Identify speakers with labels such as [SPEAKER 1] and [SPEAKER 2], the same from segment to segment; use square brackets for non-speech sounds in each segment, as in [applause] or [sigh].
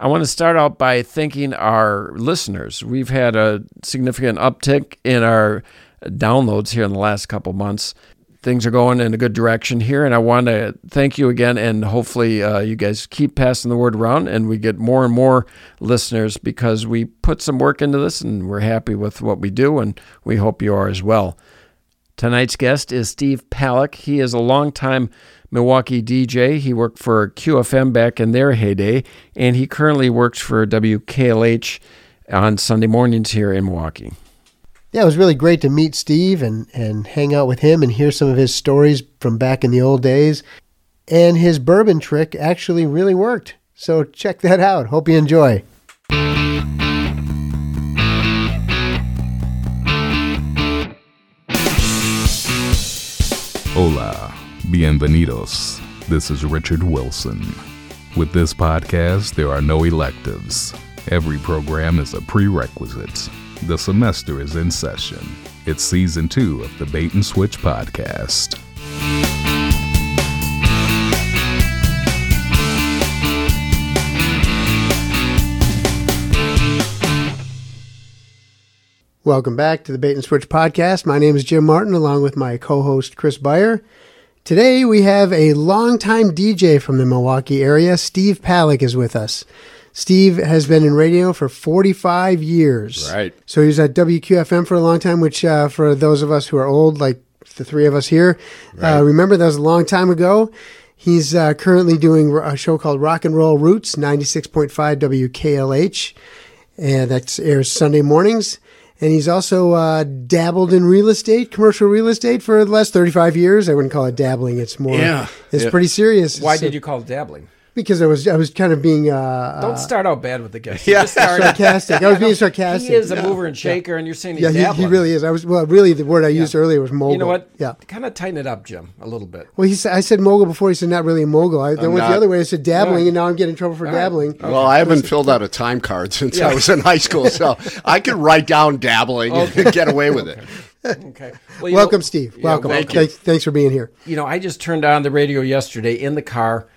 [SPEAKER 1] I want to start out by thanking our listeners. We've had a significant uptick in our downloads here in the last couple months. Things are going in a good direction here, and I want to thank you again. And hopefully, uh, you guys keep passing the word around, and we get more and more listeners because we put some work into this, and we're happy with what we do, and we hope you are as well. Tonight's guest is Steve Palick. He is a longtime Milwaukee DJ. He worked for QFM back in their heyday, and he currently works for WKLH on Sunday mornings here in Milwaukee.
[SPEAKER 2] Yeah, it was really great to meet Steve and, and hang out with him and hear some of his stories from back in the old days. And his bourbon trick actually really worked. So check that out. Hope you enjoy.
[SPEAKER 3] Hola, bienvenidos. This is Richard Wilson. With this podcast, there are no electives. Every program is a prerequisite. The semester is in session. It's season two of the Bait and Switch podcast.
[SPEAKER 2] Welcome back to the Bait and Switch podcast. My name is Jim Martin, along with my co host Chris Beyer. Today we have a longtime DJ from the Milwaukee area, Steve Palick, is with us. Steve has been in radio for 45 years.
[SPEAKER 1] Right.
[SPEAKER 2] So he was at WQFM for a long time, which uh, for those of us who are old, like the three of us here, uh, remember that was a long time ago. He's uh, currently doing a show called Rock and Roll Roots, 96.5 WKLH, and that airs Sunday mornings. And he's also uh, dabbled in real estate, commercial real estate, for the last 35 years. I wouldn't call it dabbling. It's more,
[SPEAKER 1] Yeah.
[SPEAKER 2] it's
[SPEAKER 1] Yeah.
[SPEAKER 2] pretty serious.
[SPEAKER 4] Why
[SPEAKER 2] It's, uh,
[SPEAKER 4] did you call it dabbling?
[SPEAKER 2] Because I was, I was kind of being uh,
[SPEAKER 4] Don't start out bad with the guy. Yeah.
[SPEAKER 2] [laughs]
[SPEAKER 4] Just start
[SPEAKER 2] sarcastic. I was being sarcastic.
[SPEAKER 4] He is a mover and shaker, and you're saying he's
[SPEAKER 2] yeah, he, he
[SPEAKER 4] dabbling.
[SPEAKER 2] really is. I was well, really the word I used earlier was mogul.
[SPEAKER 4] You know what?
[SPEAKER 2] Yeah.
[SPEAKER 4] Kind of tighten it up, Jim, a little bit.
[SPEAKER 2] Well, he said I said mogul before. He said not really a mogul. I then went the
[SPEAKER 5] not-
[SPEAKER 2] other way. I said dabbling, and now I'm getting in trouble for dabbling.
[SPEAKER 5] Well, I haven't filled out a time card [laughs] since I was in high
[SPEAKER 4] [laughs]
[SPEAKER 5] school, so I could write down dabbling and get away with it.
[SPEAKER 4] Okay. Well, you
[SPEAKER 2] Welcome,
[SPEAKER 4] know-
[SPEAKER 2] Steve.
[SPEAKER 4] Yeah,
[SPEAKER 2] Welcome.
[SPEAKER 5] welcome.
[SPEAKER 2] Thanks, thanks for being here.
[SPEAKER 4] You know, I just turned on the radio yesterday in the car,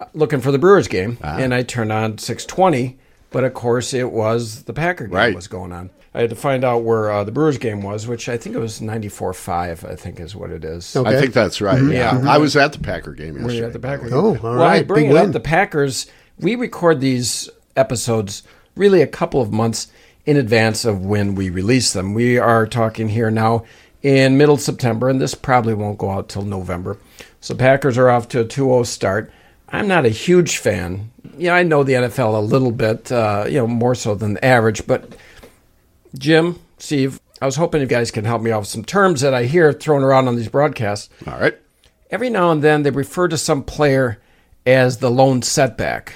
[SPEAKER 4] uh, looking for the Brewers game, and I turned on 620. But of course, it was the Packer game
[SPEAKER 5] Right.
[SPEAKER 4] was going on. I had to find out where uh, the Brewers game was, which I think it was 94.5. I think is what it is.
[SPEAKER 2] Okay.
[SPEAKER 5] I think that's right. Yeah,
[SPEAKER 4] Yeah.
[SPEAKER 5] I was at the Packer game yesterday.
[SPEAKER 4] Mm-hmm. Were you at the Packers?
[SPEAKER 2] Oh, all
[SPEAKER 4] Well, I
[SPEAKER 2] right.
[SPEAKER 4] bring
[SPEAKER 2] Big
[SPEAKER 4] it
[SPEAKER 2] win.
[SPEAKER 4] up. The Packers. We record these episodes really a couple of months in advance of when we release them. We are talking here now in middle September, and this probably won't go out till November. So Packers are off to a 2-0 start. I'm not a huge fan. Yeah, I know the NFL a little bit, uh, you know, more so than the average, but Jim, Steve, I was hoping you guys can help me out with some terms that I hear thrown around on these broadcasts
[SPEAKER 5] All right.
[SPEAKER 4] every now and then they refer to some player as the lone setback.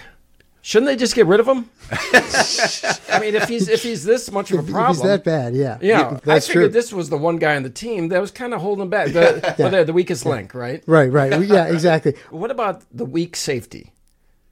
[SPEAKER 4] Shouldn't they just get rid of him? [laughs] I mean, if he's if he's this much of a
[SPEAKER 2] If
[SPEAKER 4] problem,
[SPEAKER 2] He's that bad. Yeah.
[SPEAKER 4] yeah,
[SPEAKER 2] That's
[SPEAKER 4] I figured
[SPEAKER 2] true.
[SPEAKER 4] this was the one guy on the team that was kind of holding
[SPEAKER 2] [laughs]
[SPEAKER 4] back, the, well, they're the weakest link, right?
[SPEAKER 2] Right. Right. We- Yeah.
[SPEAKER 4] [laughs]
[SPEAKER 2] Exactly.
[SPEAKER 4] What about the weak safety?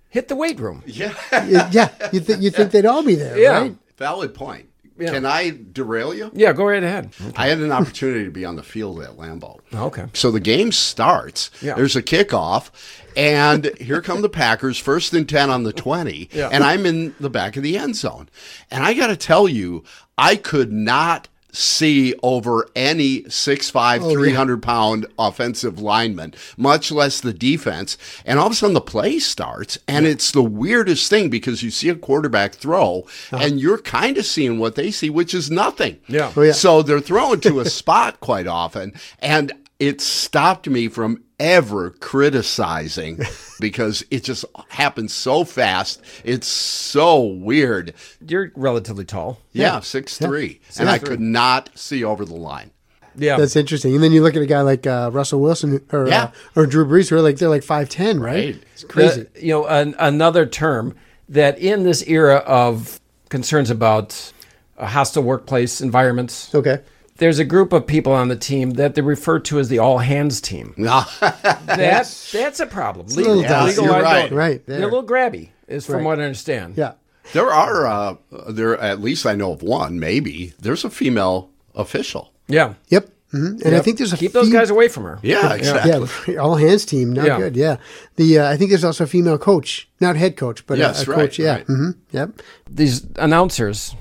[SPEAKER 4] Hit the weight room.
[SPEAKER 2] yeah. yeah, You think you think they'd all be there?
[SPEAKER 4] Yeah.
[SPEAKER 2] Right?
[SPEAKER 5] Valid point. Can I derail you?
[SPEAKER 4] Yeah, go right ahead.
[SPEAKER 5] I had an opportunity to be on the field at Lambeau.
[SPEAKER 4] Okay.
[SPEAKER 5] So the game starts.
[SPEAKER 4] Yeah.
[SPEAKER 5] There's a kickoff, and here come the Packers, first and 10 on the 20.
[SPEAKER 4] Yeah.
[SPEAKER 5] And I'm in the back of the end zone. And I got to tell you, I could not see over any
[SPEAKER 4] Oh,
[SPEAKER 5] 6'5, 300 pound offensive lineman, much less the defense. And all of a sudden the play starts, and it's the weirdest thing because you see a quarterback throw,
[SPEAKER 4] Uh-huh.
[SPEAKER 5] and you're kind of seeing what they see, which is nothing.
[SPEAKER 4] Yeah.
[SPEAKER 2] yeah.
[SPEAKER 5] So they're thrown to a spot quite often. And it stopped me from ever [laughs] criticizing because it just happens so fast. It's so weird.
[SPEAKER 4] You're relatively tall.
[SPEAKER 5] Yeah, six three. and I could not see over the [laughs] line.
[SPEAKER 4] Yeah,
[SPEAKER 2] That's interesting. And then you look at a guy like uh, Russell Wilson or
[SPEAKER 5] Yeah.
[SPEAKER 2] uh, or Drew Brees, who are like they're like five ten, right?
[SPEAKER 5] Right.
[SPEAKER 2] It's crazy.
[SPEAKER 4] The- Uh, you know, an, another term that in this era of concerns about uh, hostile workplace environments,
[SPEAKER 2] okay.
[SPEAKER 4] there's a group of people on the team that they refer to as the all hands
[SPEAKER 2] [laughs]
[SPEAKER 4] team. that that's a problem. Legal,
[SPEAKER 2] little dicey.
[SPEAKER 4] legal
[SPEAKER 5] You're right.
[SPEAKER 4] liability.
[SPEAKER 2] Right,
[SPEAKER 4] They're
[SPEAKER 2] there.
[SPEAKER 4] a little grabby, is from
[SPEAKER 2] Right.
[SPEAKER 4] what I understand.
[SPEAKER 2] Yeah.
[SPEAKER 5] There are, uh, there at least I know of one, maybe, there's a female official.
[SPEAKER 4] yeah.
[SPEAKER 2] Yep. Mm-hmm. And I think there's a
[SPEAKER 4] Keep those
[SPEAKER 2] fe-
[SPEAKER 4] guys away from her.
[SPEAKER 5] Yeah, exactly. [laughs]
[SPEAKER 2] Yeah, [laughs] all hands team, not
[SPEAKER 4] Yeah.
[SPEAKER 2] good. Yeah, the uh, I think there's also a female coach, not head coach, but a-
[SPEAKER 5] Yes,
[SPEAKER 2] a,
[SPEAKER 5] right,
[SPEAKER 2] coach. Yeah,
[SPEAKER 5] right.
[SPEAKER 2] hmm yep.
[SPEAKER 4] these announcers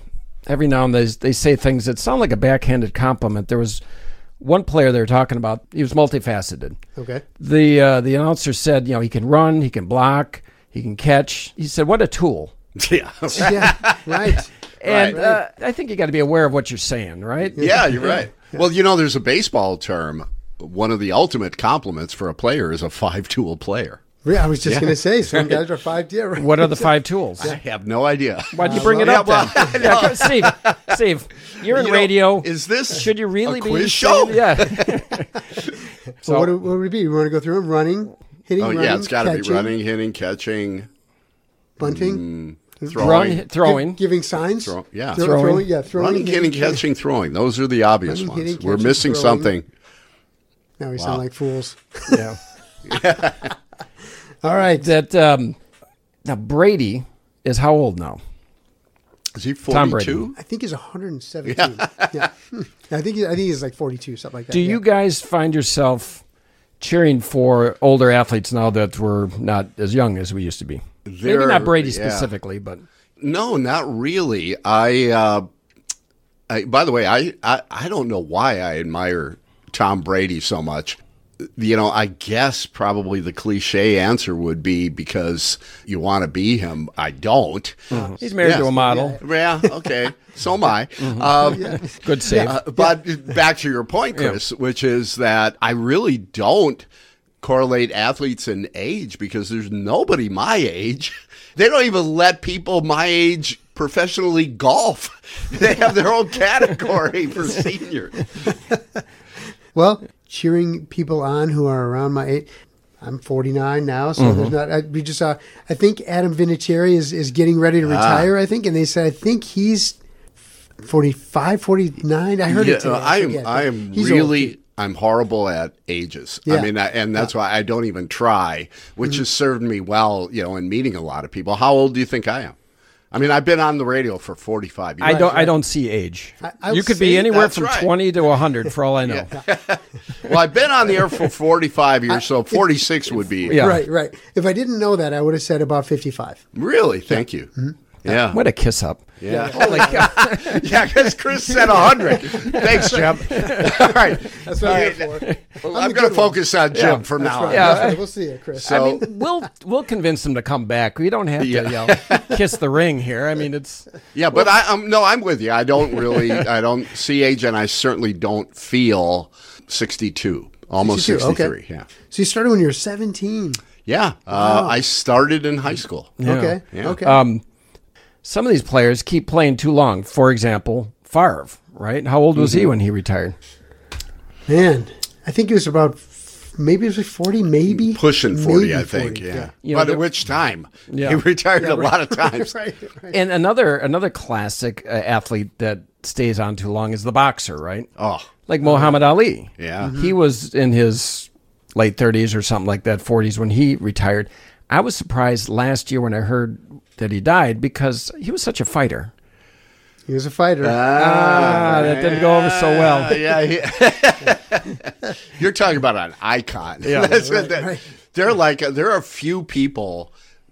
[SPEAKER 4] every now and then they say things that sound like a backhanded compliment. There was one player they were talking about. He was multifaceted.
[SPEAKER 5] [laughs]
[SPEAKER 2] Okay.
[SPEAKER 4] The uh, the announcer said, you know, he can run, he can block, he can catch. He said, what a tool.
[SPEAKER 5] Yeah, [laughs] right.
[SPEAKER 2] Yeah, right.
[SPEAKER 4] And uh, I think you got to be aware of what you're saying, right?
[SPEAKER 5] yeah, you're right. Well, you know, there's a baseball term. One of the ultimate compliments for a player is a five-tool player.
[SPEAKER 2] Yeah, I was just gonna say some guys are five. Yeah, right.
[SPEAKER 4] What are the five tools?
[SPEAKER 5] I have no idea. [laughs]
[SPEAKER 4] Why'd you bring it
[SPEAKER 5] Uh, Yeah,
[SPEAKER 4] up then? Yeah, come- Steve, Steve, you're in
[SPEAKER 5] You know,
[SPEAKER 4] radio.
[SPEAKER 5] Is this
[SPEAKER 4] Should you really
[SPEAKER 5] a
[SPEAKER 4] be
[SPEAKER 5] quiz
[SPEAKER 4] saying-
[SPEAKER 5] show? [laughs]
[SPEAKER 4] Yeah.
[SPEAKER 2] So what, do- what would it be? You want to go through them? Running, hitting,
[SPEAKER 5] Oh
[SPEAKER 2] running,
[SPEAKER 5] yeah, it's got to be
[SPEAKER 2] catching,
[SPEAKER 5] running, hitting, catching,
[SPEAKER 2] bunting,
[SPEAKER 5] throwing,
[SPEAKER 4] Run, throwing.
[SPEAKER 2] gi- giving signs.
[SPEAKER 5] Throw- yeah.
[SPEAKER 2] Throw-
[SPEAKER 4] Throwing.
[SPEAKER 2] yeah, throwing,
[SPEAKER 5] running, hitting, catching, throwing. Those are the obvious
[SPEAKER 2] Running,
[SPEAKER 5] ones.
[SPEAKER 2] hitting,
[SPEAKER 5] We're
[SPEAKER 2] catching,
[SPEAKER 5] missing
[SPEAKER 2] throwing.
[SPEAKER 5] something.
[SPEAKER 2] Now we sound like fools. [laughs]
[SPEAKER 4] yeah.
[SPEAKER 2] All right,
[SPEAKER 4] That um, now Brady is how old now?
[SPEAKER 5] Is he
[SPEAKER 4] Tom Brady.
[SPEAKER 5] forty-two?
[SPEAKER 2] I think he's 117.
[SPEAKER 5] [laughs]
[SPEAKER 2] Yeah, Hmm. I think he, I think he's like 42, something like that.
[SPEAKER 4] Do
[SPEAKER 2] yeah.
[SPEAKER 4] you guys find yourself cheering for older athletes now that we're not as young as we used to be?
[SPEAKER 5] They're-
[SPEAKER 4] Maybe not Brady
[SPEAKER 5] yeah.
[SPEAKER 4] specifically, but
[SPEAKER 5] No, not really. I, uh, I by the way, I, I I don't know why I admire Tom Brady so much. You know, I guess probably the cliche answer would be because you want to be him. I don't.
[SPEAKER 4] he's married to
[SPEAKER 5] Yeah.
[SPEAKER 4] a model.
[SPEAKER 5] Yeah. Okay. so am I. Um,
[SPEAKER 4] Good save.
[SPEAKER 5] Uh, but back to your point, Chris, which is that I really don't correlate athletes in age because there's nobody my age. [laughs] They don't even let people my age professionally golf. [laughs] They have their
[SPEAKER 2] [laughs]
[SPEAKER 5] own category for seniors.
[SPEAKER 2] Well, cheering people on who are around my age. I'm 49 now, so
[SPEAKER 5] Mm-hmm.
[SPEAKER 2] there's not. I, we just saw. I think Adam Vinatieri is is getting ready to
[SPEAKER 5] Ah.
[SPEAKER 2] retire. I think, and they said I think he's 45, 49. I heard
[SPEAKER 5] Yeah,
[SPEAKER 2] it. Today.
[SPEAKER 5] I am.
[SPEAKER 2] forget,
[SPEAKER 5] I
[SPEAKER 2] but
[SPEAKER 5] am
[SPEAKER 2] he's
[SPEAKER 5] really. I'm horrible at ages. I
[SPEAKER 2] Yeah. Mm-hmm.
[SPEAKER 5] mean, I, and that's why I don't even try, which has served me well, you know, in meeting a lot of people. How old do you think I am? I mean, I've been on the radio for 45 years.
[SPEAKER 4] I don't. I don't see age.
[SPEAKER 2] I
[SPEAKER 4] you
[SPEAKER 2] would
[SPEAKER 4] could
[SPEAKER 2] say
[SPEAKER 4] be anywhere
[SPEAKER 5] that's
[SPEAKER 4] from
[SPEAKER 5] right.
[SPEAKER 4] twenty to hundred, for all I know.
[SPEAKER 5] Well, I've been on the air for 45 years, so 46 would be.
[SPEAKER 4] Yeah.
[SPEAKER 2] Right, right. If I didn't know that, I would have said about 55.
[SPEAKER 5] Really? Thank you. Yeah.
[SPEAKER 4] What a kiss up!
[SPEAKER 5] Yeah.
[SPEAKER 4] Holy cow.
[SPEAKER 5] [laughs] Yeah, because Chris said 100. Thanks, Jim. [laughs] All right.
[SPEAKER 2] [laughs] That's what I'm here for.
[SPEAKER 5] Well,
[SPEAKER 2] I'm
[SPEAKER 5] I'm
[SPEAKER 2] the
[SPEAKER 5] going
[SPEAKER 2] good
[SPEAKER 5] to focus on Jim from now on.
[SPEAKER 2] Right,
[SPEAKER 4] Yeah.
[SPEAKER 2] that's right. We'll see it, Chris.
[SPEAKER 5] So,
[SPEAKER 4] I mean, we'll we'll convince them to come back. We don't have to
[SPEAKER 5] Yeah.
[SPEAKER 4] you know, kiss the ring here. I mean, it's
[SPEAKER 5] yeah, but I, I'm, no, I'm with you. I don't really, [laughs] I don't see age, and I certainly don't feel 62, almost
[SPEAKER 2] 62,
[SPEAKER 5] 63.
[SPEAKER 2] okay.
[SPEAKER 5] Yeah.
[SPEAKER 2] so you started when you were 17.
[SPEAKER 5] Yeah. Uh, I started in high school.
[SPEAKER 2] Okay,
[SPEAKER 5] Yeah.
[SPEAKER 2] okay.
[SPEAKER 4] some of these players keep playing too long. For example, Favre. Right? How old was he
[SPEAKER 5] Mm-hmm.
[SPEAKER 4] when he retired?
[SPEAKER 2] Man, I think it was about f- maybe it was like 40, maybe
[SPEAKER 5] Mm, Pushing 40,
[SPEAKER 2] Maybe
[SPEAKER 5] I think. Yeah.
[SPEAKER 4] You know,
[SPEAKER 5] But at
[SPEAKER 4] there-
[SPEAKER 5] which time? [laughs]
[SPEAKER 4] Yeah.
[SPEAKER 5] He retired a lot of times.
[SPEAKER 2] right, right.
[SPEAKER 4] And another another classic uh, athlete that stays on too long is the boxer, right?
[SPEAKER 5] Oh.
[SPEAKER 4] Like Muhammad Ali.
[SPEAKER 5] Yeah. Mm-hmm.
[SPEAKER 4] He was in his late 30s or something like that, 40s when he retired. I was surprised last year when I heard that he died because he was such a fighter.
[SPEAKER 2] He was a fighter.
[SPEAKER 5] Uh,
[SPEAKER 4] Ah, that didn't go over so well.
[SPEAKER 5] yeah, he- [laughs] you're talking about an icon. Yeah, [laughs] That's what that- they're like there are few people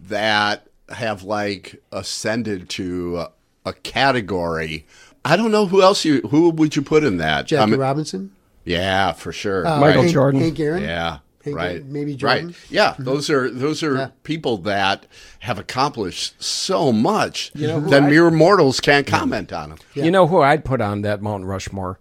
[SPEAKER 5] that have like ascended to a, a category. I don't know who else you who would you put in that? I
[SPEAKER 2] Jackie
[SPEAKER 5] mean,
[SPEAKER 2] Robinson, Uh,
[SPEAKER 5] yeah, for sure.
[SPEAKER 4] Michael
[SPEAKER 2] Hank,
[SPEAKER 5] right.
[SPEAKER 4] Jordan.
[SPEAKER 2] Hank Aaron.
[SPEAKER 5] Yeah.
[SPEAKER 2] Hank
[SPEAKER 5] right.
[SPEAKER 2] Aaron, maybe
[SPEAKER 5] Right.
[SPEAKER 2] Jordan. Mm-hmm.
[SPEAKER 5] Yeah. Those are those are people that have accomplished so much that mere mortals can't comment on them.
[SPEAKER 4] You know who I'd put on that Mount Rushmore?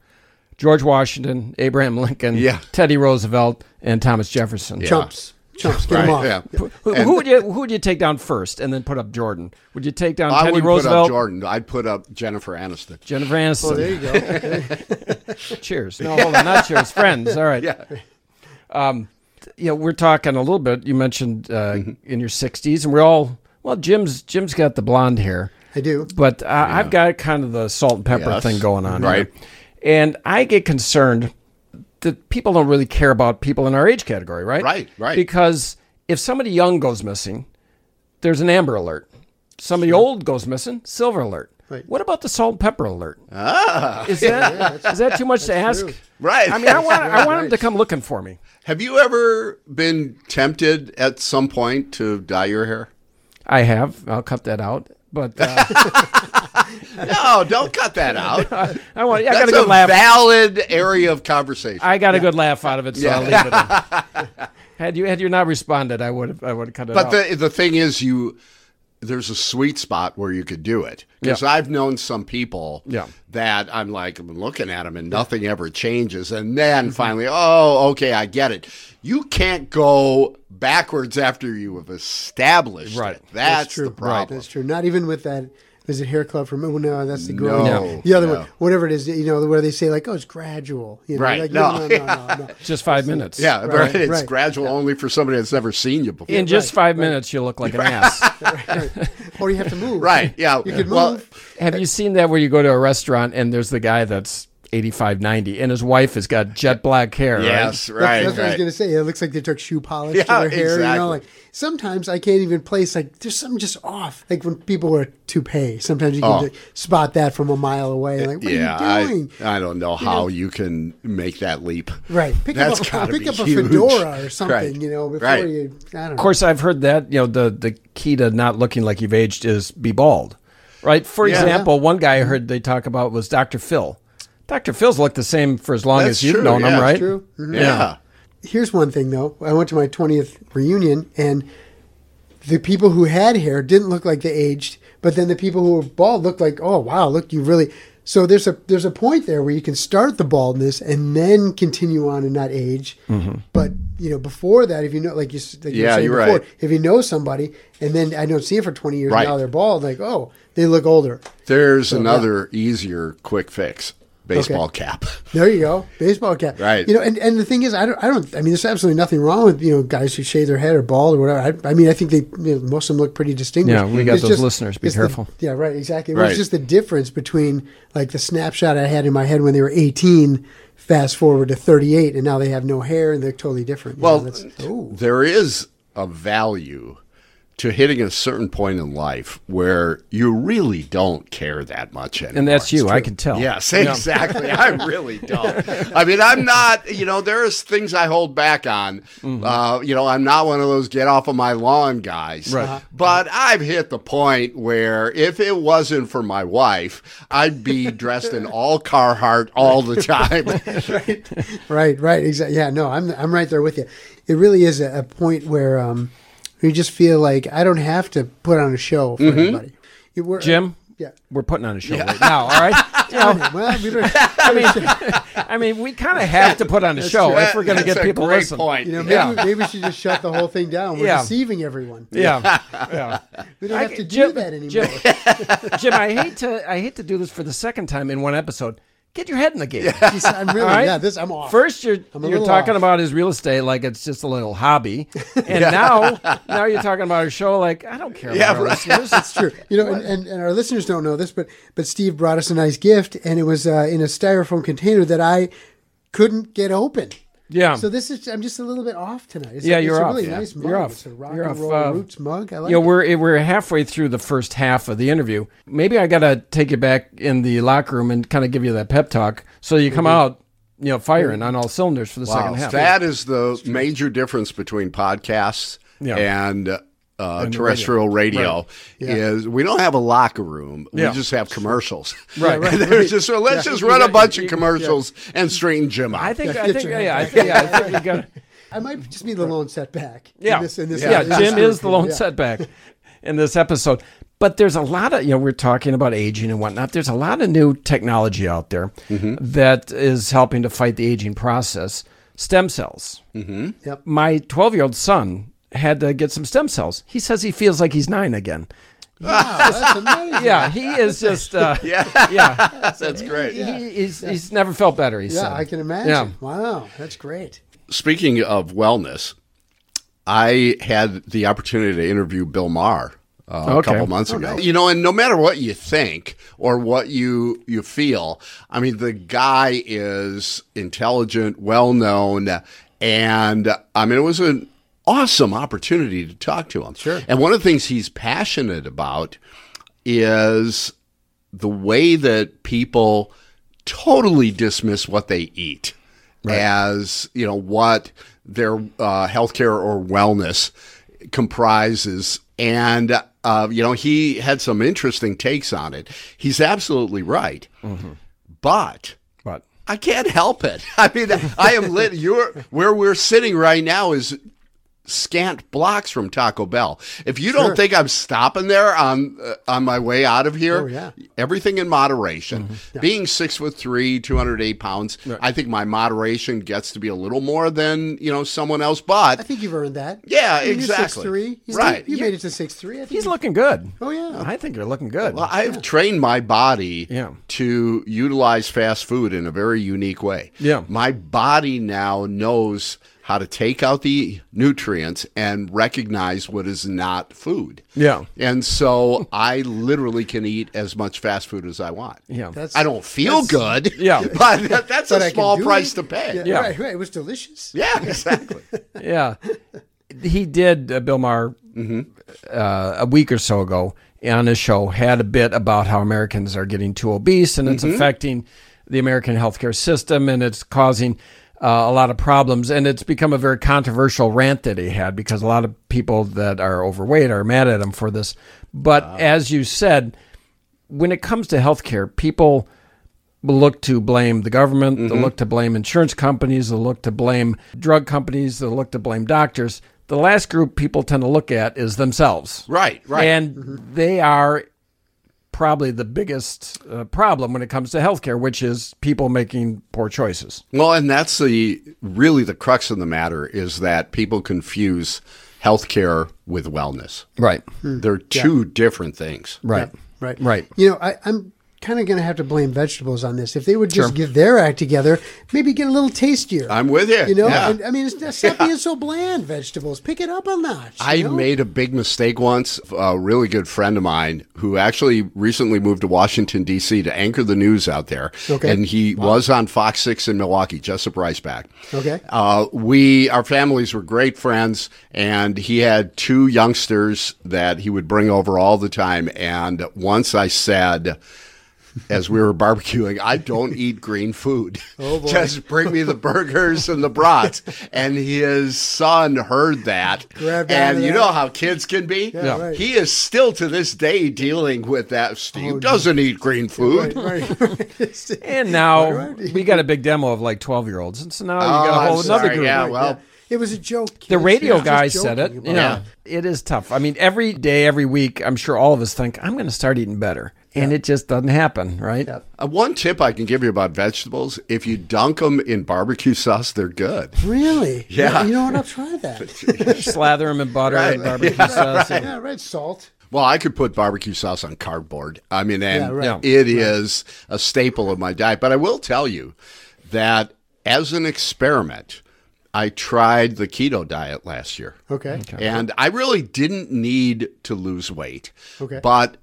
[SPEAKER 4] George Washington, Abraham Lincoln,
[SPEAKER 5] Yeah.
[SPEAKER 4] Teddy Roosevelt, and Thomas Jefferson.
[SPEAKER 2] Chumps, chumps, get him off.
[SPEAKER 5] Yeah.
[SPEAKER 4] Who, who would you who would you take down first, and then put up Jordan? Would you take down
[SPEAKER 5] I
[SPEAKER 4] Teddy
[SPEAKER 5] would put
[SPEAKER 4] Roosevelt,
[SPEAKER 5] up Jordan. I'd put up Jennifer Aniston.
[SPEAKER 4] Jennifer Aniston?
[SPEAKER 2] There
[SPEAKER 5] [laughs]
[SPEAKER 2] you go.
[SPEAKER 4] [laughs] Cheers. No, hold on, not cheers. Friends. All right. Yeah. Um, th- yeah, we're talking a little bit. You mentioned uh,
[SPEAKER 5] Mm-hmm.
[SPEAKER 4] in your sixties, and we're all well. Jim's Jim's got the blonde hair,
[SPEAKER 2] I do.
[SPEAKER 4] but uh, I've got kind of the salt and pepper
[SPEAKER 5] Yes.
[SPEAKER 4] thing going on, here.
[SPEAKER 5] Right.
[SPEAKER 4] And I get concerned that people don't really care about people in our age category, right?
[SPEAKER 5] Right, right.
[SPEAKER 4] Because if somebody young goes missing, there's an amber alert. Somebody old goes missing, silver alert.
[SPEAKER 2] Right.
[SPEAKER 4] What about the salt and pepper alert?
[SPEAKER 5] Ah,
[SPEAKER 4] Is
[SPEAKER 5] [laughs]
[SPEAKER 4] that is that too much to ask?
[SPEAKER 2] true.
[SPEAKER 5] right.
[SPEAKER 4] I mean, I want I want them to come looking for me.
[SPEAKER 5] [laughs] Have you ever been tempted at some point to dye your hair?
[SPEAKER 4] I have. I'll cut that out. But uh,
[SPEAKER 5] [laughs] No, don't cut that [laughs] out. That's
[SPEAKER 4] I want. I got a
[SPEAKER 5] a
[SPEAKER 4] good laugh.
[SPEAKER 5] valid area of conversation.
[SPEAKER 4] I got a good laugh out of it, so I'll leave it. In.
[SPEAKER 5] [laughs]
[SPEAKER 4] had you had you not responded, I would have I would have cut it
[SPEAKER 5] But
[SPEAKER 4] out.
[SPEAKER 5] the the thing is, you there's a sweet spot where you could do it because
[SPEAKER 4] Yeah.
[SPEAKER 5] I've known some people
[SPEAKER 4] Yeah.
[SPEAKER 5] that I'm like I'm looking at them and nothing ever changes, and
[SPEAKER 2] Mm-hmm.
[SPEAKER 5] then finally, oh, okay, I get it. You can't go backwards after you have established
[SPEAKER 4] Right.
[SPEAKER 5] it. That's,
[SPEAKER 2] true.
[SPEAKER 5] the problem.
[SPEAKER 2] That's true. Not even with that. Is it hair club for me? No, that's the girl.
[SPEAKER 5] No.
[SPEAKER 2] The other
[SPEAKER 5] No.
[SPEAKER 2] one, whatever it is, you know, where they say like, "Oh, it's gradual." You know,
[SPEAKER 5] Right.
[SPEAKER 2] Like,
[SPEAKER 5] No.
[SPEAKER 2] no, no, no,
[SPEAKER 5] [laughs]
[SPEAKER 2] no, no.
[SPEAKER 4] just five minutes.
[SPEAKER 5] Yeah,
[SPEAKER 2] Right,
[SPEAKER 5] right. [laughs] It's
[SPEAKER 2] right.
[SPEAKER 5] gradual only for somebody that's never seen you before.
[SPEAKER 4] In just five minutes, you look like
[SPEAKER 5] [laughs]
[SPEAKER 4] an ass.
[SPEAKER 2] Or you have to move.
[SPEAKER 5] right. Yeah.
[SPEAKER 2] You could
[SPEAKER 5] well,
[SPEAKER 2] move.
[SPEAKER 4] Have you seen that where you go to a restaurant and there's the guy that's 85, 90, and his wife has got jet black hair? right?
[SPEAKER 5] Yes.
[SPEAKER 2] That's,
[SPEAKER 5] Right.
[SPEAKER 2] that's what I was
[SPEAKER 5] right.
[SPEAKER 2] gonna say. It looks like they took shoe polish to
[SPEAKER 5] Yeah,
[SPEAKER 2] their hair. You
[SPEAKER 5] exactly.
[SPEAKER 2] know, like sometimes I can't even place like there's something just off. Like when people wear toupee, sometimes you can
[SPEAKER 5] Oh.
[SPEAKER 2] just spot that from a mile away. Like, what
[SPEAKER 5] yeah,
[SPEAKER 2] are you doing?
[SPEAKER 5] I, I don't know how you can make that leap.
[SPEAKER 2] right. Pick
[SPEAKER 5] That's
[SPEAKER 2] up
[SPEAKER 5] gotta
[SPEAKER 2] a, pick
[SPEAKER 5] be
[SPEAKER 2] up a
[SPEAKER 5] huge.
[SPEAKER 2] fedora or something.
[SPEAKER 5] [laughs] Right.
[SPEAKER 2] You know, before
[SPEAKER 5] Right.
[SPEAKER 2] you. I don't
[SPEAKER 4] Of course, I've heard that you know the the key to not looking like you've aged is be bald, right? For
[SPEAKER 5] Yeah.
[SPEAKER 4] example, one guy I heard they talk about was Dr. Phil. Dr. Phil's looked the same for as long
[SPEAKER 5] That's
[SPEAKER 4] as you've
[SPEAKER 5] true, Mm-hmm.
[SPEAKER 4] known
[SPEAKER 5] yeah.
[SPEAKER 4] him, right?
[SPEAKER 5] That's
[SPEAKER 2] know. True.
[SPEAKER 5] Yeah.
[SPEAKER 2] here's one thing though. I went to my 20th reunion and the people who had hair didn't look like they aged, but then the people who were bald looked like, "Oh wow, look, you really." So there's a there's a point there where you can start the baldness and then continue on and not age. But you know, before that, if you know, like you, s- like you were
[SPEAKER 5] Mm-hmm. Yeah,
[SPEAKER 2] saying
[SPEAKER 5] you're
[SPEAKER 2] before,
[SPEAKER 5] right.
[SPEAKER 2] if you know somebody and then I don't see it for 20 years,
[SPEAKER 5] Right.
[SPEAKER 2] now they're bald. Like, oh, they look older.
[SPEAKER 5] There's another easier quick fix. Baseball cap. [laughs]
[SPEAKER 2] There you go, baseball cap.
[SPEAKER 5] Right.
[SPEAKER 2] You know, and, and the thing is, I don't, I don't, I mean, there's absolutely nothing wrong with you know guys who shave their head or bald or whatever. I, I mean, I think they you know, most of them look pretty distinguished.
[SPEAKER 4] Yeah, we got
[SPEAKER 2] It's
[SPEAKER 4] those listeners. Be
[SPEAKER 2] it's the-
[SPEAKER 4] careful.
[SPEAKER 2] yeah, right, exactly. It
[SPEAKER 5] Right.
[SPEAKER 2] was just the difference between like the snapshot I had in my head when they were 18. Fast forward to 38, and now they have no hair and they're totally different. You know,
[SPEAKER 5] Well,
[SPEAKER 2] that's-
[SPEAKER 5] there is a value to hitting a certain point in life where you really don't care that much anymore.
[SPEAKER 4] And that's you. I can tell.
[SPEAKER 5] Oh, Yes,
[SPEAKER 4] [laughs]
[SPEAKER 5] exactly. I really don't. I mean, I'm not, you know, there's things I hold back on.
[SPEAKER 4] Mm-hmm.
[SPEAKER 5] Uh, you know, I'm not one of those get off of my lawn guys.
[SPEAKER 4] Right.
[SPEAKER 5] But I've hit the point where if it wasn't for my wife,
[SPEAKER 4] [laughs]
[SPEAKER 5] I'd be dressed in all Carhartt all the time.
[SPEAKER 2] Right, right, exactly. Yeah, no, I'm I'm right there with you. It really is a, a point where um, you just feel like I don't have to put on a show for
[SPEAKER 5] Mm-hmm.
[SPEAKER 2] anybody. You were- uh,
[SPEAKER 4] Jim?
[SPEAKER 2] Yeah.
[SPEAKER 4] We're putting on a show right now, all
[SPEAKER 5] [laughs]
[SPEAKER 4] right? You know, [laughs]
[SPEAKER 2] Well, we don't,
[SPEAKER 4] I mean, [laughs] I mean, we kind of have to put on a show if we're going to
[SPEAKER 5] That's
[SPEAKER 4] get
[SPEAKER 5] a
[SPEAKER 4] people
[SPEAKER 5] great
[SPEAKER 4] listening.
[SPEAKER 5] point.
[SPEAKER 2] you know, maybe,
[SPEAKER 4] Yeah.
[SPEAKER 2] maybe we should just shut the whole thing down. We're
[SPEAKER 4] Yeah.
[SPEAKER 2] deceiving everyone.
[SPEAKER 4] Yeah, [laughs] yeah.
[SPEAKER 2] We don't
[SPEAKER 4] I
[SPEAKER 2] have to
[SPEAKER 4] get-
[SPEAKER 2] do
[SPEAKER 4] Jim-
[SPEAKER 2] that anymore.
[SPEAKER 4] Jim, Jim, [laughs] I hate to I hate to do this for the second time in one episode. Get your head in the game.
[SPEAKER 2] Jeez, I'm really,
[SPEAKER 4] All right?
[SPEAKER 2] yeah, this, I'm off.
[SPEAKER 4] First, you're
[SPEAKER 2] a
[SPEAKER 4] you're
[SPEAKER 2] little
[SPEAKER 4] talking
[SPEAKER 2] off.
[SPEAKER 4] about his real estate like it's just a little
[SPEAKER 2] [laughs]
[SPEAKER 4] hobby, and now now you're talking about our show like I don't care about our listeners.
[SPEAKER 2] It's true. You know, and, and, and our listeners don't know this, but but Steve brought us a nice gift, and it was uh, in a styrofoam container that I couldn't get open.
[SPEAKER 4] Yeah.
[SPEAKER 2] So this is I'm just a little bit off tonight. It's
[SPEAKER 4] Yeah,
[SPEAKER 2] a,
[SPEAKER 4] you're
[SPEAKER 2] it's
[SPEAKER 4] off.
[SPEAKER 2] A really
[SPEAKER 4] Yeah.
[SPEAKER 2] nice mug.
[SPEAKER 4] You're off.
[SPEAKER 2] It's a rock
[SPEAKER 4] You're
[SPEAKER 2] and
[SPEAKER 4] off,
[SPEAKER 2] roll
[SPEAKER 4] uh,
[SPEAKER 2] roots mug. I like
[SPEAKER 4] you know,
[SPEAKER 2] it.
[SPEAKER 4] we're we're halfway through the first half of the interview. Maybe I gotta take you back in the locker room and kind of give you that pep talk so you
[SPEAKER 2] Mm-hmm.
[SPEAKER 4] come out, you know, firing on all cylinders for the second half.
[SPEAKER 5] That is the major difference between podcasts
[SPEAKER 4] Yeah.
[SPEAKER 5] and uh, terrestrial radio. Is we don't have a locker room.
[SPEAKER 4] Yeah.
[SPEAKER 5] We just have commercials. [laughs]
[SPEAKER 4] Right, right,
[SPEAKER 5] There's just so let's just run a bunch of commercials and straighten Jim out.
[SPEAKER 4] I think I
[SPEAKER 2] get
[SPEAKER 4] think
[SPEAKER 2] your
[SPEAKER 4] yeah, yeah, I
[SPEAKER 2] head back.
[SPEAKER 4] think, yeah, I think we
[SPEAKER 2] [laughs]
[SPEAKER 4] got
[SPEAKER 2] I might just be the lone setback. in
[SPEAKER 4] yeah,
[SPEAKER 2] this- in this-
[SPEAKER 4] yeah.
[SPEAKER 2] in this
[SPEAKER 4] Jim is the
[SPEAKER 2] group.
[SPEAKER 4] lone
[SPEAKER 2] Yeah.
[SPEAKER 4] setback in this episode. But there's a lot of you know we're talking about aging and whatnot. There's a lot of new technology out there
[SPEAKER 2] Mm-hmm.
[SPEAKER 4] that is helping to fight the aging process. Stem cells.
[SPEAKER 2] Yep.
[SPEAKER 4] My 12 year old son had to get some stem cells. He says he feels like he's nine again.
[SPEAKER 2] Wow, that's
[SPEAKER 4] [laughs]
[SPEAKER 2] amazing.
[SPEAKER 4] Yeah,
[SPEAKER 2] [laughs]
[SPEAKER 4] he is just. Uh, yeah,
[SPEAKER 5] that's great.
[SPEAKER 4] He, he's, he's never felt better. He said.
[SPEAKER 2] Yeah, I can imagine.
[SPEAKER 4] Yeah.
[SPEAKER 2] Wow, that's great.
[SPEAKER 5] Speaking of wellness, I had the opportunity to interview Bill Maher. Uh, A
[SPEAKER 4] Okay.
[SPEAKER 5] couple months ago, you know, and no matter what you think or what you you feel, I mean, the guy is intelligent, well known, and I mean, it was an awesome opportunity to talk to him. Sure. And one of the things he's passionate about is the way that people totally dismiss what they eat as you know what their uh, healthcare or wellness comprises. And uh, you know he had some interesting takes on it. He's absolutely right, but
[SPEAKER 4] But
[SPEAKER 5] I can't help it. [laughs] I mean, I am lit. You're where we're sitting right now is scant blocks from Taco Bell. If you don't think I'm stopping there on uh, on my way out of here,
[SPEAKER 2] yeah.
[SPEAKER 5] everything in moderation. Being six foot three, two hundred eight pounds, I think my moderation gets to be a little more than you know someone else. But
[SPEAKER 2] I think you've earned that.
[SPEAKER 5] Yeah,
[SPEAKER 2] I mean, You're
[SPEAKER 5] exactly.
[SPEAKER 2] 6'3". He's
[SPEAKER 5] Right.
[SPEAKER 2] You made it to six three. I think.
[SPEAKER 4] he's looking good.
[SPEAKER 2] oh yeah.
[SPEAKER 4] I think you're looking good.
[SPEAKER 5] Well, I have trained my body
[SPEAKER 4] Yeah.
[SPEAKER 5] to utilize fast food in a very unique way.
[SPEAKER 4] Yeah.
[SPEAKER 5] My body now knows how to take out the nutrients and recognize what is not food.
[SPEAKER 4] Yeah.
[SPEAKER 5] And so I literally can eat as much fast food as I want.
[SPEAKER 4] yeah.
[SPEAKER 2] That's
[SPEAKER 5] I don't feel good.
[SPEAKER 4] [laughs] Yeah.
[SPEAKER 5] [laughs] But that, that's
[SPEAKER 2] but I
[SPEAKER 5] a
[SPEAKER 2] can
[SPEAKER 5] small
[SPEAKER 2] do
[SPEAKER 5] price
[SPEAKER 2] it.
[SPEAKER 5] to pay.
[SPEAKER 2] Yeah,
[SPEAKER 4] Yeah.
[SPEAKER 2] Right, right. It was delicious.
[SPEAKER 5] yeah
[SPEAKER 2] [laughs]
[SPEAKER 5] exactly.
[SPEAKER 4] yeah. He did, uh, Bill Maher, uh, a week or so ago on his show, had a bit about how Americans are getting too obese and it's affecting the American healthcare system and it's causing uh, a lot of problems. And it's become a very controversial rant that he had because a lot of people that are overweight are mad at him for this. But as you said, when it comes to healthcare, people look to blame the government,
[SPEAKER 5] Mm-hmm.
[SPEAKER 4] they look to blame insurance companies, they look to blame drug companies, they look to blame doctors. The last group people tend to look at is themselves.
[SPEAKER 5] Right, right. Mm-hmm.
[SPEAKER 4] And they are probably the biggest uh, problem when it comes to healthcare, which is people making poor choices.
[SPEAKER 5] Well, and that's the really the crux of the matter is that people confuse healthcare with wellness.
[SPEAKER 4] Right.
[SPEAKER 5] Mm-hmm. They're two different things.
[SPEAKER 4] Right.
[SPEAKER 2] Right.
[SPEAKER 4] Right.
[SPEAKER 2] You know, I, I'm kind of going to have to blame vegetables on this. If they would just get their act together, maybe get a little tastier.
[SPEAKER 5] I'm with you.
[SPEAKER 2] You know,
[SPEAKER 5] Yeah.
[SPEAKER 2] and, I mean, it's, stop being so bland. Vegetables, pick it up a notch. you
[SPEAKER 5] I
[SPEAKER 2] know?
[SPEAKER 5] made a big mistake once. A really good friend of mine who actually recently moved to Washington, D.C. to anchor the news out there.
[SPEAKER 2] Okay.
[SPEAKER 5] And he was on Fox 6 in Milwaukee, Jessup Riceback.
[SPEAKER 2] Okay.
[SPEAKER 5] Uh, we, our families were great friends, and he had two youngsters that he would bring over all the time. And once I said, as we were barbecuing, I don't eat green food. Oh boy. [laughs] Just bring me the burgers and the brats. And his son heard that.
[SPEAKER 2] Grabbed
[SPEAKER 5] and
[SPEAKER 2] onto
[SPEAKER 5] you
[SPEAKER 2] that.
[SPEAKER 5] know how kids can be?
[SPEAKER 2] Yeah, right.
[SPEAKER 5] He is still to this day dealing with that. Steve doesn't eat green food.
[SPEAKER 2] Right, [laughs] right.
[SPEAKER 4] And now we got a big demo of like 12 year olds. And so now you got
[SPEAKER 5] Oh,
[SPEAKER 4] a whole
[SPEAKER 5] I'm
[SPEAKER 4] another
[SPEAKER 5] sorry.
[SPEAKER 4] group.
[SPEAKER 5] Yeah, well,
[SPEAKER 2] it was a joke.
[SPEAKER 4] The
[SPEAKER 2] kids.
[SPEAKER 4] radio
[SPEAKER 2] Yeah.
[SPEAKER 4] guy
[SPEAKER 2] Just
[SPEAKER 4] said it.
[SPEAKER 2] joking
[SPEAKER 4] Yeah.
[SPEAKER 2] about
[SPEAKER 4] It is tough. I mean, every day, every week, I'm sure all of us think, I'm going to start eating better. And it just doesn't happen, right?
[SPEAKER 5] Uh, one tip I can give you about vegetables if you dunk them in barbecue sauce, they're good.
[SPEAKER 2] Really?
[SPEAKER 5] Yeah.
[SPEAKER 2] You know what? I'll try that.
[SPEAKER 4] Slather them in butter and
[SPEAKER 5] [laughs] Right.
[SPEAKER 4] barbecue sauce. and-
[SPEAKER 2] yeah, right. Salt.
[SPEAKER 5] Well, I could put barbecue sauce on cardboard. I mean,
[SPEAKER 2] Yeah,
[SPEAKER 5] and
[SPEAKER 2] right.
[SPEAKER 5] it is a staple of my diet. But I will tell you that as an experiment, I tried the keto diet last year.
[SPEAKER 2] Okay.
[SPEAKER 5] And I really didn't need to lose weight.
[SPEAKER 2] Okay.
[SPEAKER 5] But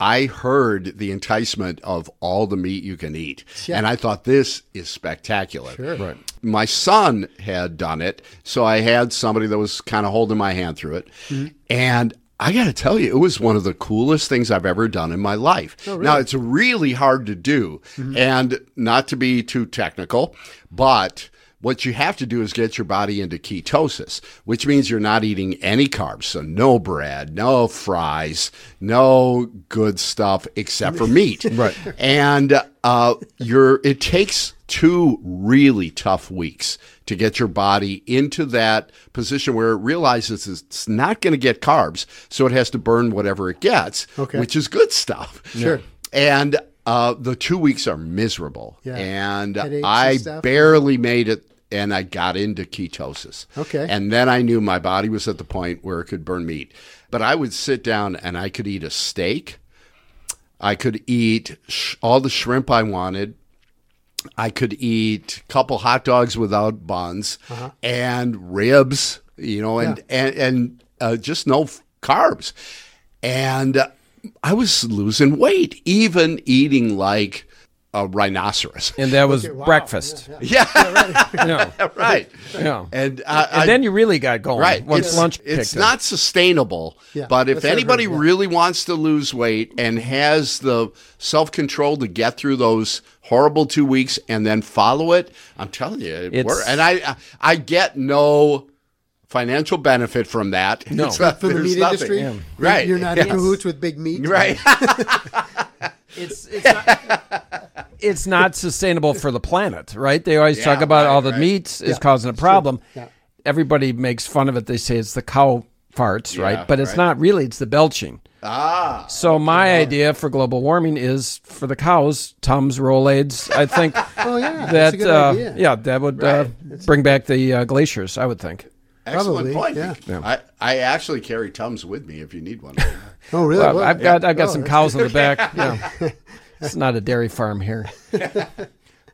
[SPEAKER 5] I heard the enticement of all the meat you can eat.
[SPEAKER 2] Yeah.
[SPEAKER 5] And I thought this is spectacular. Right. My son had done it, so I had somebody that was kind of holding my hand through it.
[SPEAKER 2] Mm-hmm.
[SPEAKER 5] And I got to tell you, it was one of the coolest things I've ever done in my life.
[SPEAKER 2] Oh,
[SPEAKER 5] Now, it's really hard to do,
[SPEAKER 2] Mm-hmm.
[SPEAKER 5] and not to be too technical, but what you have to do is get your body into ketosis, which means you're not eating any carbs. So, no bread, no fries, no good stuff except
[SPEAKER 2] [laughs]
[SPEAKER 5] for meat. right. And uh, you're, it takes two really tough weeks to get your body into that position where it realizes it's not going to get carbs. So, it has to burn whatever it gets,
[SPEAKER 2] Okay.
[SPEAKER 5] which is good stuff. Sure. And uh, the two weeks are miserable.
[SPEAKER 2] Yeah.
[SPEAKER 5] And
[SPEAKER 2] Headaches
[SPEAKER 5] I
[SPEAKER 2] and stuff.
[SPEAKER 5] barely made it and I got into ketosis.
[SPEAKER 2] Okay.
[SPEAKER 5] And then I knew my body was at the point where it could burn meat. But I would sit down and I could eat a steak. I could eat sh- all the shrimp I wanted. I could eat a couple hot dogs without buns and ribs, you know, and and, and uh, just no f- carbs. And uh, I was losing weight, even eating like a rhinoceros. [laughs]
[SPEAKER 4] and that was breakfast.
[SPEAKER 5] Yeah,
[SPEAKER 4] Yeah.
[SPEAKER 2] [laughs]
[SPEAKER 5] right.
[SPEAKER 4] yeah.
[SPEAKER 5] And, I, I,
[SPEAKER 4] and then you really got going.
[SPEAKER 5] right,
[SPEAKER 4] Once
[SPEAKER 5] it's,
[SPEAKER 4] lunch
[SPEAKER 5] It's
[SPEAKER 4] kicked in.
[SPEAKER 5] not sustainable.
[SPEAKER 2] Yeah,
[SPEAKER 5] but if
[SPEAKER 2] that's what I've heard,
[SPEAKER 5] anybody
[SPEAKER 2] yeah.
[SPEAKER 5] really wants to lose weight and has the self control to get through those horrible two weeks and then follow it, I'm telling you, it
[SPEAKER 4] It's-
[SPEAKER 5] works. And I, I, I get no financial benefit from that. [laughs] No,
[SPEAKER 2] for the meat industry.
[SPEAKER 5] Right.
[SPEAKER 2] You're not in
[SPEAKER 5] Yes.
[SPEAKER 2] cahoots with big meat.
[SPEAKER 5] [laughs]
[SPEAKER 2] [laughs]
[SPEAKER 5] Right.
[SPEAKER 4] it's it's not, [laughs] it's not sustainable for the planet, right? They always talk
[SPEAKER 5] Yeah,
[SPEAKER 4] about
[SPEAKER 5] right,
[SPEAKER 4] all the
[SPEAKER 5] right.
[SPEAKER 4] meats is causing a problem. Everybody makes fun of it. They say it's the cow farts,
[SPEAKER 5] Yeah,
[SPEAKER 4] right? But it's
[SPEAKER 5] right.
[SPEAKER 4] not really. It's the belching. Ah. So my idea for global warming is for the cows, Tums, Rolaids. I think
[SPEAKER 2] Oh
[SPEAKER 4] [laughs]
[SPEAKER 2] yeah. that's a
[SPEAKER 4] that
[SPEAKER 2] good
[SPEAKER 4] uh,
[SPEAKER 2] idea.
[SPEAKER 4] yeah, that would uh, bring back the uh, glaciers. I would think.
[SPEAKER 2] Probably,
[SPEAKER 5] Excellent point.
[SPEAKER 2] yeah.
[SPEAKER 5] I, I actually carry Tums with me if you need
[SPEAKER 4] [laughs]
[SPEAKER 5] one.
[SPEAKER 2] Oh really?
[SPEAKER 4] Well,
[SPEAKER 2] Well,
[SPEAKER 4] I've got I've got
[SPEAKER 2] Oh,
[SPEAKER 4] some
[SPEAKER 2] that's
[SPEAKER 4] cows in the
[SPEAKER 2] [laughs]
[SPEAKER 4] back. Yeah. it's not a dairy farm here. [laughs]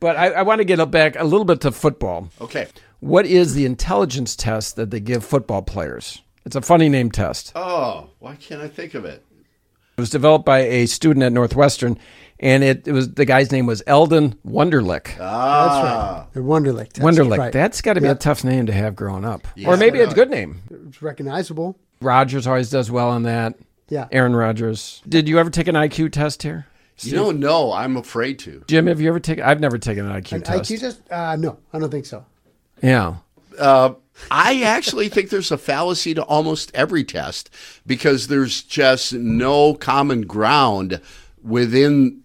[SPEAKER 4] but I, I want to get back a little bit to football.
[SPEAKER 5] Okay.
[SPEAKER 4] What is the intelligence test that they give football players? It's a funny name test.
[SPEAKER 5] Oh, why can't I think of it?
[SPEAKER 4] It was developed by a student at Northwestern, and it, it was the guy's name was Eldon Wunderlich.
[SPEAKER 5] Ah.
[SPEAKER 2] The Wonderlic. Test.
[SPEAKER 4] Wunderlich.
[SPEAKER 2] Ah, Right.
[SPEAKER 4] That's got to be a tough name to have growing up, or maybe it's a good name.
[SPEAKER 2] It's recognizable.
[SPEAKER 4] Rogers always does well on that.
[SPEAKER 2] Yeah.
[SPEAKER 4] Aaron Rodgers. Did you ever take an IQ test here?
[SPEAKER 5] You don't know. I'm afraid to.
[SPEAKER 4] Jim, have you ever taken? I've never taken an IQ
[SPEAKER 2] An
[SPEAKER 4] test.
[SPEAKER 2] IQ test? Uh, no, I don't
[SPEAKER 4] [laughs]
[SPEAKER 2] think so.
[SPEAKER 4] Yeah.
[SPEAKER 5] I actually think there's a fallacy to almost every test because there's just no common ground within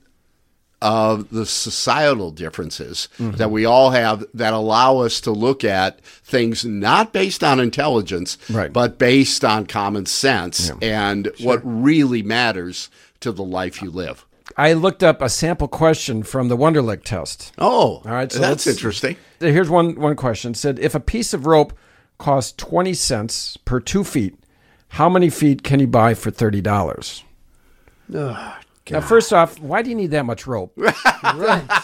[SPEAKER 5] uh, the societal differences that we all have that allow us to look at things not based on intelligence,
[SPEAKER 4] Right.
[SPEAKER 5] but based on common sense and what really matters to the life you live.
[SPEAKER 4] I looked up a sample question from the Wunderlich test.
[SPEAKER 5] Oh, all
[SPEAKER 4] right, so
[SPEAKER 5] that's
[SPEAKER 4] let's-
[SPEAKER 5] interesting.
[SPEAKER 4] Here's one one question. It said if a piece of rope costs 20 cents per 2 feet, how many feet can you buy for $30? Now, first off, why do you need that much rope?
[SPEAKER 2] Right.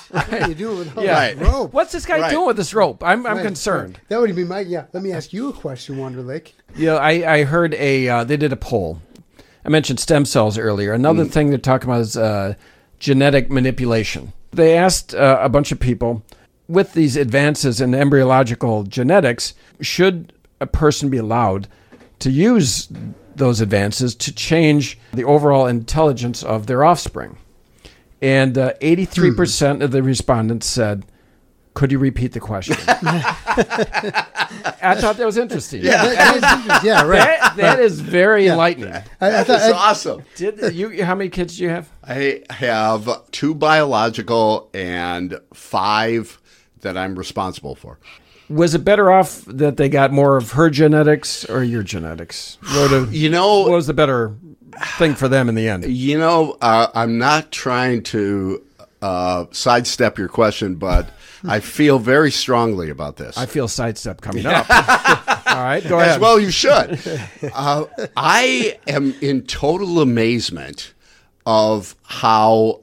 [SPEAKER 2] What are you doing with all
[SPEAKER 4] Yeah.
[SPEAKER 2] that rope?
[SPEAKER 4] What's this guy
[SPEAKER 5] Right.
[SPEAKER 4] doing with this rope? I'm, I'm
[SPEAKER 2] Right.
[SPEAKER 4] concerned.
[SPEAKER 2] That would be my yeah. Let me ask you a question,
[SPEAKER 4] [laughs]
[SPEAKER 2] Wonderlic.
[SPEAKER 4] Yeah, I, I heard a uh, they did a poll. I mentioned stem cells earlier. Another thing they're talking about is uh, genetic manipulation. They asked uh, a bunch of people with these advances in embryological genetics, should a person be allowed to use those advances to change the overall intelligence of their offspring? And uh, 83% of the respondents said, could you repeat the question? I thought that was interesting. Yeah,
[SPEAKER 2] That- that is interesting. yeah, right.
[SPEAKER 4] that, that is very enlightening.
[SPEAKER 2] I, I thought
[SPEAKER 5] That's
[SPEAKER 2] I,
[SPEAKER 5] awesome.
[SPEAKER 4] Did you? How many kids do you have?
[SPEAKER 5] I have two biological and five that I'm responsible for.
[SPEAKER 4] Was it better off that they got more of her genetics or your genetics? What, a-
[SPEAKER 5] You know,
[SPEAKER 4] what was the better thing for them in the
[SPEAKER 5] [sighs]
[SPEAKER 4] end?
[SPEAKER 5] you know, uh, I'm not trying to uh, sidestep your question, but I feel very strongly about this.
[SPEAKER 4] I feel sidestep coming up. [laughs] All right, go
[SPEAKER 5] As
[SPEAKER 4] ahead.
[SPEAKER 5] well, you should. Uh, I am in total amazement of how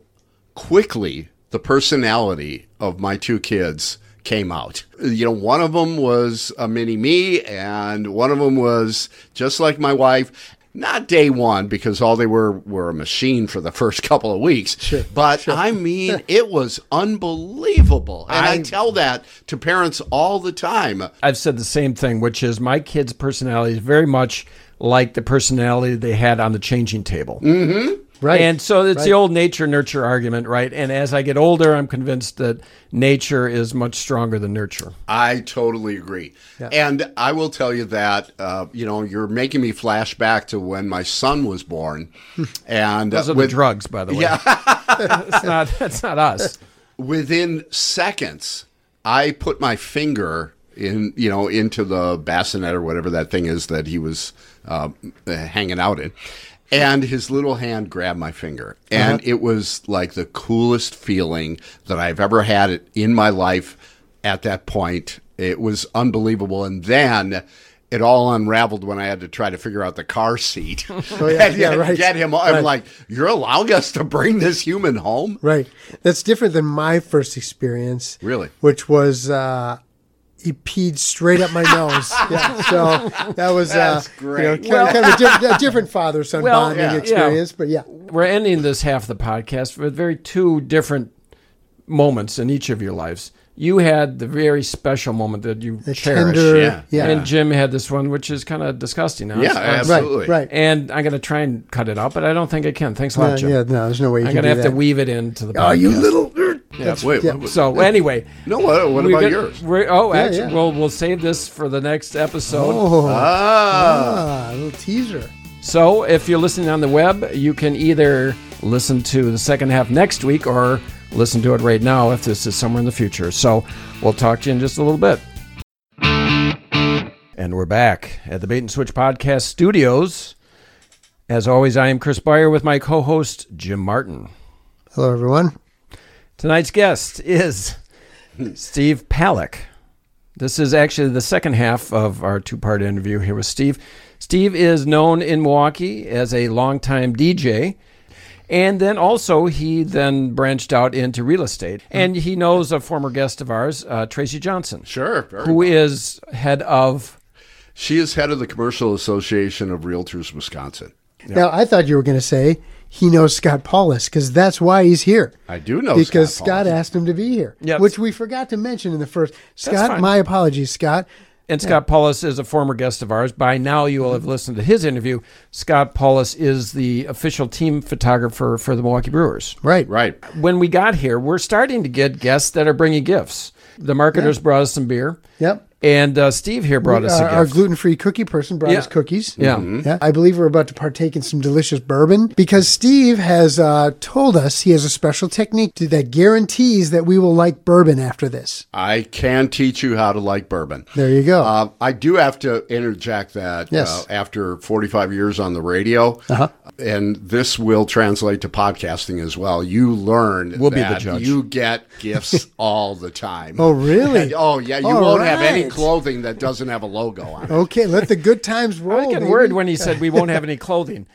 [SPEAKER 5] quickly the personality of my two kids came out. You know, one of them was a mini me, and one of them was just like my wife. Not day one because all they were were a machine for the first [laughs] couple of weeks. but I mean, it was unbelievable. And I,
[SPEAKER 4] I-
[SPEAKER 5] tell that to parents all the time.
[SPEAKER 4] I've said the same thing, which is my kids' personality is very much like the personality they had on the changing table.
[SPEAKER 5] Mm.
[SPEAKER 2] right.
[SPEAKER 4] And so it's the old nature nurture argument, right? And as I get older, I'm convinced that nature is much stronger than nurture.
[SPEAKER 5] I totally agree. And I will tell you that, uh, you know, you're making me flash back to when my son
[SPEAKER 4] [laughs]
[SPEAKER 5] was born. and
[SPEAKER 4] Those
[SPEAKER 5] uh,
[SPEAKER 4] are the
[SPEAKER 5] with-
[SPEAKER 4] drugs, by the way. [laughs] Yeah. that's not that's not us.
[SPEAKER 5] within seconds, I put my finger in, you know, into the bassinet or whatever that thing is that he was uh, hanging out in. And his little hand grabbed my finger.
[SPEAKER 2] Uh-huh.
[SPEAKER 5] And it was like the coolest feeling that I've ever had it in my life at that point. It was unbelievable. And then it all unraveled when I had to try to figure out the
[SPEAKER 2] [laughs]
[SPEAKER 5] car seat.
[SPEAKER 2] Oh, yeah,
[SPEAKER 5] [laughs] and
[SPEAKER 2] yeah,
[SPEAKER 5] get-
[SPEAKER 2] right,
[SPEAKER 5] Get him. I'm like, you're allowing us to bring this human home?
[SPEAKER 2] Right. That's different than my first experience.
[SPEAKER 5] Really?
[SPEAKER 2] Which was uh he peed straight up my
[SPEAKER 5] [laughs]
[SPEAKER 2] nose. Yeah. So that was
[SPEAKER 5] That's
[SPEAKER 2] uh
[SPEAKER 5] great.
[SPEAKER 2] You know, kind, kind of a diff- a different father son
[SPEAKER 4] Well,
[SPEAKER 2] bonding
[SPEAKER 4] yeah, yeah.
[SPEAKER 2] experience, but yeah.
[SPEAKER 4] We're ending this half of the podcast with very two different moments in each of your lives. You had the very special moment that you
[SPEAKER 2] The
[SPEAKER 4] cherish.
[SPEAKER 2] tender,
[SPEAKER 5] yeah.
[SPEAKER 2] yeah.
[SPEAKER 4] And Jim had this one, which is kind of disgusting.
[SPEAKER 5] Yeah,
[SPEAKER 4] honestly.
[SPEAKER 5] absolutely.
[SPEAKER 2] Right, right.
[SPEAKER 4] And I'm going to try and cut it out, but I don't think I can. Thanks a
[SPEAKER 2] Uh,
[SPEAKER 4] lot, Jim.
[SPEAKER 2] yeah, no, there's no way you
[SPEAKER 4] I'm
[SPEAKER 2] can
[SPEAKER 4] going to
[SPEAKER 2] do
[SPEAKER 4] have to
[SPEAKER 2] that.
[SPEAKER 4] weave it into the podcast.
[SPEAKER 2] Oh, you little.
[SPEAKER 5] Yeah, wait,
[SPEAKER 2] yeah.
[SPEAKER 5] what-
[SPEAKER 4] So anyway,
[SPEAKER 5] No, what, what
[SPEAKER 4] we've
[SPEAKER 5] about
[SPEAKER 4] got-
[SPEAKER 5] yours?
[SPEAKER 4] we're- oh, actually,
[SPEAKER 2] yeah.
[SPEAKER 4] we'll we'll save this for the next episode.
[SPEAKER 2] Oh,
[SPEAKER 5] Ah,
[SPEAKER 2] ah, a little teaser.
[SPEAKER 4] So if you're listening on the web, you can either listen to the second half next week or listen to it right now if this is somewhere in the future. So we'll talk to you in just a little bit. And we're back at the Bait and Switch Podcast Studios. As always, I am Chris Beyer with my co host, Jim Martin.
[SPEAKER 2] Hello, everyone.
[SPEAKER 4] Tonight's guest is Steve Palick. This is actually the second half of our two part interview here with Steve. Steve is known in Milwaukee as a longtime DJ. And then also, he then branched out into real estate. And he knows a former guest of ours, uh, Tracy Johnson,
[SPEAKER 5] sure. very
[SPEAKER 4] who
[SPEAKER 5] well.
[SPEAKER 4] is head of.
[SPEAKER 5] She is head of the Commercial Association of Realtors Wisconsin.
[SPEAKER 2] Now, I thought you were going to say he knows Scott Paulus because that's why he's here.
[SPEAKER 5] I do know
[SPEAKER 2] because
[SPEAKER 5] Scott
[SPEAKER 2] Scott,
[SPEAKER 5] Paulus.
[SPEAKER 2] asked him to be here,
[SPEAKER 4] Yep.
[SPEAKER 2] which we forgot to mention in the first. Scott,
[SPEAKER 4] fine.
[SPEAKER 2] my apologies, Scott.
[SPEAKER 4] And Scott Paulus is a former guest of ours. By now, you will have listened to his interview. Scott Paulus is the official team photographer for the Milwaukee Brewers.
[SPEAKER 2] Right,
[SPEAKER 5] Right.
[SPEAKER 4] when we got here, we're starting to get guests that are bringing gifts. The marketers brought us some beer.
[SPEAKER 2] Yep.
[SPEAKER 4] And uh, Steve here brought us a
[SPEAKER 2] Our,
[SPEAKER 4] gift.
[SPEAKER 2] our gluten-free cookie person brought
[SPEAKER 4] Yeah.
[SPEAKER 2] us cookies.
[SPEAKER 4] Yeah.
[SPEAKER 5] Mm-hmm.
[SPEAKER 4] Mhm.
[SPEAKER 2] yeah. I believe we're about to partake in some delicious bourbon because Steve has uh, told us he has a special technique to, that guarantees that we will like bourbon after this.
[SPEAKER 5] I can teach you how to like bourbon.
[SPEAKER 2] There you go.
[SPEAKER 5] Uh, I do have to interject that
[SPEAKER 2] Yes.
[SPEAKER 5] uh, after 45 years on the radio, uh-huh. and this will translate to podcasting as well. You learn
[SPEAKER 4] We'll be the
[SPEAKER 5] that
[SPEAKER 4] judge.
[SPEAKER 5] you get
[SPEAKER 2] [laughs]
[SPEAKER 5] gifts all the time.
[SPEAKER 2] oh, really?
[SPEAKER 5] And- [laughs] oh, yeah. You
[SPEAKER 2] All
[SPEAKER 5] won't have any
[SPEAKER 2] right.
[SPEAKER 5] clothing that doesn't have a logo on it.
[SPEAKER 2] Okay, let the
[SPEAKER 4] [laughs]
[SPEAKER 2] good times
[SPEAKER 4] I
[SPEAKER 2] roll.
[SPEAKER 4] was getting
[SPEAKER 2] baby.
[SPEAKER 4] worried when he said we won't have any
[SPEAKER 5] [laughs]
[SPEAKER 4] clothing.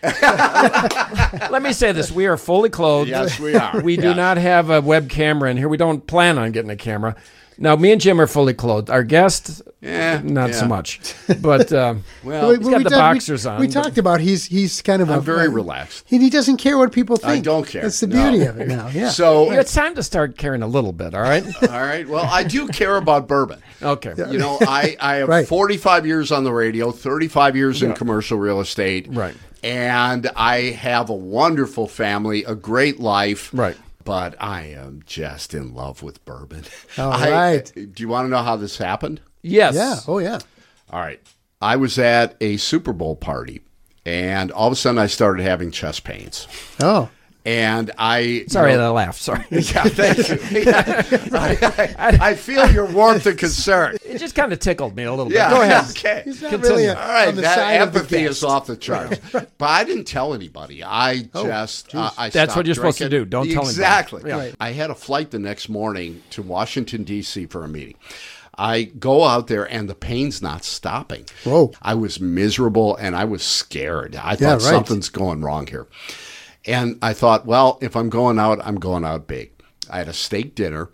[SPEAKER 4] Let me say this: we are fully [laughs] clothed.
[SPEAKER 5] Yes, we are.
[SPEAKER 4] We do
[SPEAKER 5] Yes.
[SPEAKER 4] not have a web camera in here. We don't plan on getting a camera. Now, me and Jim are fully clothed. Our guest,
[SPEAKER 5] Eh,
[SPEAKER 4] not so
[SPEAKER 5] yeah.
[SPEAKER 4] much. But um,
[SPEAKER 5] [laughs] Well,
[SPEAKER 4] he's got the
[SPEAKER 2] talked-
[SPEAKER 4] boxers on,
[SPEAKER 2] We
[SPEAKER 4] but-
[SPEAKER 2] talked about he's he's kind of a,
[SPEAKER 5] I'm very
[SPEAKER 2] a-
[SPEAKER 5] relaxed.
[SPEAKER 2] He, he doesn't care what people
[SPEAKER 5] I
[SPEAKER 2] think.
[SPEAKER 5] don't care.
[SPEAKER 2] That's the
[SPEAKER 5] No.
[SPEAKER 2] beauty of
[SPEAKER 5] [laughs]
[SPEAKER 2] it now.
[SPEAKER 4] [laughs]
[SPEAKER 2] Yeah.
[SPEAKER 5] So,
[SPEAKER 4] it's time to start caring a little bit. All
[SPEAKER 5] [laughs]
[SPEAKER 4] right.
[SPEAKER 5] all right. Well, I do care
[SPEAKER 4] [laughs]
[SPEAKER 5] about bourbon.
[SPEAKER 4] Okay.
[SPEAKER 5] You know, I, I have
[SPEAKER 2] Oh, Right.
[SPEAKER 5] 45 years on the radio, 35 years in commercial real estate.
[SPEAKER 4] Right.
[SPEAKER 5] And I have a wonderful family, a great life.
[SPEAKER 4] Right.
[SPEAKER 5] But I am just in love with bourbon.
[SPEAKER 2] All
[SPEAKER 5] [laughs] I-
[SPEAKER 2] right.
[SPEAKER 5] Do you want to know how this happened?
[SPEAKER 4] Yes.
[SPEAKER 2] yeah. Oh yeah.
[SPEAKER 5] All right. I was at a Super Bowl party, and all of a sudden I started having chest pains.
[SPEAKER 2] Oh.
[SPEAKER 5] And I.
[SPEAKER 4] Sorry,
[SPEAKER 5] you
[SPEAKER 4] that
[SPEAKER 5] know-
[SPEAKER 4] I laughed. Sorry.
[SPEAKER 5] [laughs] yeah, thank you. Yeah. [laughs] I, I- I feel your warmth and concern.
[SPEAKER 4] It just kind of tickled me a little
[SPEAKER 5] Yeah.
[SPEAKER 4] bit. Go ahead.
[SPEAKER 5] [laughs] Okay.
[SPEAKER 2] He's not
[SPEAKER 4] Continue.
[SPEAKER 2] really a,
[SPEAKER 5] All right,
[SPEAKER 2] on the
[SPEAKER 5] that
[SPEAKER 2] side of the
[SPEAKER 5] empathy
[SPEAKER 2] guest.
[SPEAKER 5] is off
[SPEAKER 2] [laughs]
[SPEAKER 5] the charts. but I didn't tell anybody. I
[SPEAKER 2] Oh,
[SPEAKER 5] just uh, I
[SPEAKER 4] That's what
[SPEAKER 5] stopped
[SPEAKER 4] you're supposed to
[SPEAKER 5] drinking.
[SPEAKER 4] do. Don't tell anybody.
[SPEAKER 5] exactly.
[SPEAKER 4] Yeah.
[SPEAKER 2] Right.
[SPEAKER 5] I had a flight the next morning to Washington D.C. for a meeting. I go out there and the pain's not stopping.
[SPEAKER 2] Whoa.
[SPEAKER 5] I was miserable and I was scared. I thought
[SPEAKER 2] Yeah, right.
[SPEAKER 5] something's going wrong here. And I thought, well, if I'm going out, I'm going out big. I had a steak dinner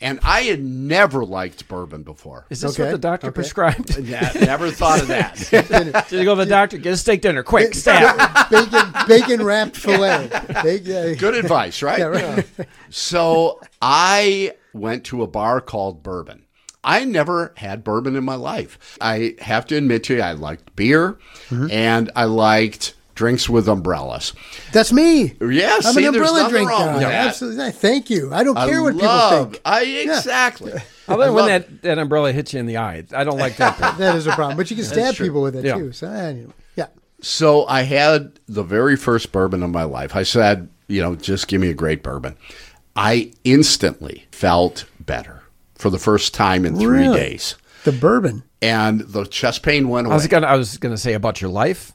[SPEAKER 5] and I had never liked bourbon before.
[SPEAKER 4] Is this
[SPEAKER 2] Okay.
[SPEAKER 4] what the doctor
[SPEAKER 2] Okay.
[SPEAKER 5] [laughs]
[SPEAKER 4] prescribed?
[SPEAKER 5] Yeah, never thought of [laughs] that.
[SPEAKER 4] Did you go to the doctor? Get a steak dinner, quick, stab.
[SPEAKER 2] bacon, bacon wrapped fillet. Bacon,
[SPEAKER 5] Good advice, right? So I went to a bar called Bourbon. I never had bourbon in my life. I have to admit to you, I liked beer and I liked drinks with umbrellas.
[SPEAKER 2] That's me.
[SPEAKER 5] Yeah,
[SPEAKER 2] I'm
[SPEAKER 5] see,
[SPEAKER 2] an
[SPEAKER 5] there's
[SPEAKER 2] umbrella
[SPEAKER 5] nothing
[SPEAKER 2] drink
[SPEAKER 5] wrong
[SPEAKER 2] guy.
[SPEAKER 5] with that.
[SPEAKER 2] Absolutely. Thank you. I don't care what people
[SPEAKER 5] love,
[SPEAKER 2] think.
[SPEAKER 5] I exactly.
[SPEAKER 4] Other
[SPEAKER 5] [laughs] I
[SPEAKER 4] than when
[SPEAKER 5] love-
[SPEAKER 4] that, that umbrella hits you in the eye. I don't like that.
[SPEAKER 5] [laughs]
[SPEAKER 4] part.
[SPEAKER 2] That is a problem. But you can stab
[SPEAKER 5] true.
[SPEAKER 2] people with it
[SPEAKER 4] Yeah.
[SPEAKER 2] too. So anyway. Yeah.
[SPEAKER 5] So I had the very first bourbon of my life. I said, you know, just give me a great bourbon. I instantly felt better for the first time in three
[SPEAKER 2] Really?
[SPEAKER 5] days.
[SPEAKER 2] The bourbon.
[SPEAKER 5] And the chest pain went
[SPEAKER 4] I was
[SPEAKER 5] away.
[SPEAKER 4] gonna I was gonna say about your life.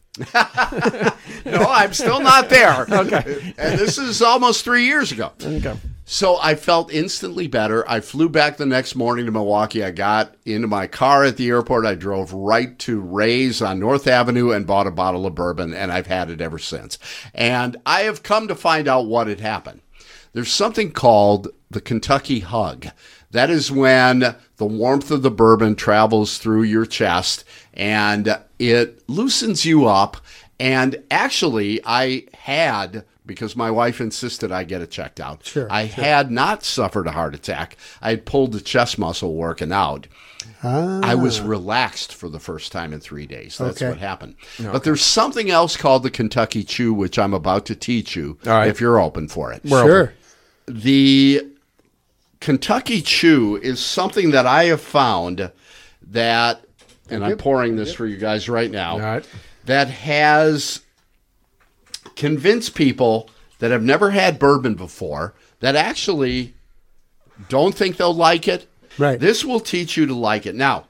[SPEAKER 5] no, I'm still not there. okay. And this is almost three years ago.
[SPEAKER 4] Okay.
[SPEAKER 5] So I felt instantly better. I flew back the next morning to Milwaukee. I got into my car at the airport. I drove right to Ray's on North Avenue and bought a bottle of bourbon, and I've had it ever since. And I have come to find out what had happened. There's something called the Kentucky hug. That is when the warmth of the bourbon travels through your chest and it loosens you up. And actually, I had because my wife insisted I get it checked out.
[SPEAKER 2] Sure,
[SPEAKER 5] I had not suffered a heart attack. I had pulled the chest muscle working out. I was relaxed for the first time in three days. That's
[SPEAKER 2] Ah. Okay.
[SPEAKER 5] what happened. But there's something else called the Kentucky Chew, which I'm about to teach you
[SPEAKER 1] right.
[SPEAKER 5] if you're open for it.
[SPEAKER 2] sure.
[SPEAKER 5] The Kentucky Chew is something that I have found that, and I'm pouring this for you guys right now,
[SPEAKER 1] right.
[SPEAKER 5] that has convinced people that have never had bourbon before that actually don't think they'll like it.
[SPEAKER 2] Right.
[SPEAKER 5] This will teach you to like it. Now,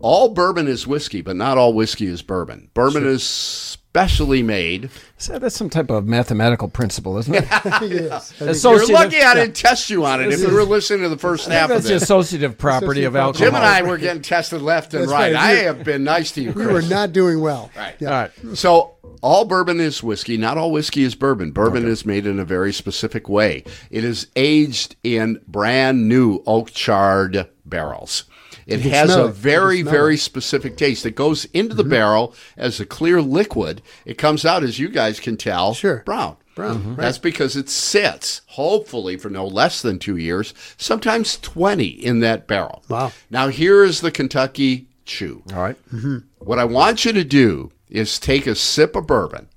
[SPEAKER 5] all bourbon is whiskey, but not all whiskey is bourbon. Bourbon is specially made.
[SPEAKER 1] So that's some type of mathematical principle, isn't it?
[SPEAKER 2] [laughs] Yes.
[SPEAKER 1] Associative-
[SPEAKER 5] [laughs] You're lucky I
[SPEAKER 1] yeah.
[SPEAKER 5] didn't test you on it. If you were listening to the first half of
[SPEAKER 1] That's the
[SPEAKER 5] this,
[SPEAKER 1] associative property of alcohol.
[SPEAKER 5] Jim and I were getting tested left and
[SPEAKER 2] That's
[SPEAKER 5] right.
[SPEAKER 2] right.
[SPEAKER 5] I
[SPEAKER 2] You-
[SPEAKER 5] have been nice to you,
[SPEAKER 2] We were
[SPEAKER 5] Chris.
[SPEAKER 2] not doing well.
[SPEAKER 5] Right.
[SPEAKER 2] Yeah.
[SPEAKER 1] All right.
[SPEAKER 5] So all bourbon is whiskey. Not all whiskey is bourbon. Bourbon is made in a very specific way. It is aged in brand new oak charred barrels. It has
[SPEAKER 2] smell it. Mm-hmm.
[SPEAKER 5] a
[SPEAKER 2] You can
[SPEAKER 5] very,
[SPEAKER 2] smell
[SPEAKER 5] very specific taste that goes into the barrel as a clear liquid. It comes out, as you guys can tell,
[SPEAKER 2] Sure.
[SPEAKER 5] brown. Brown. That's because it sits, hopefully, for no less than two years, sometimes 20 in that barrel.
[SPEAKER 2] Wow.
[SPEAKER 5] Now, here is the Kentucky Chew.
[SPEAKER 1] All right.
[SPEAKER 5] What I want you to do is take a sip of bourbon,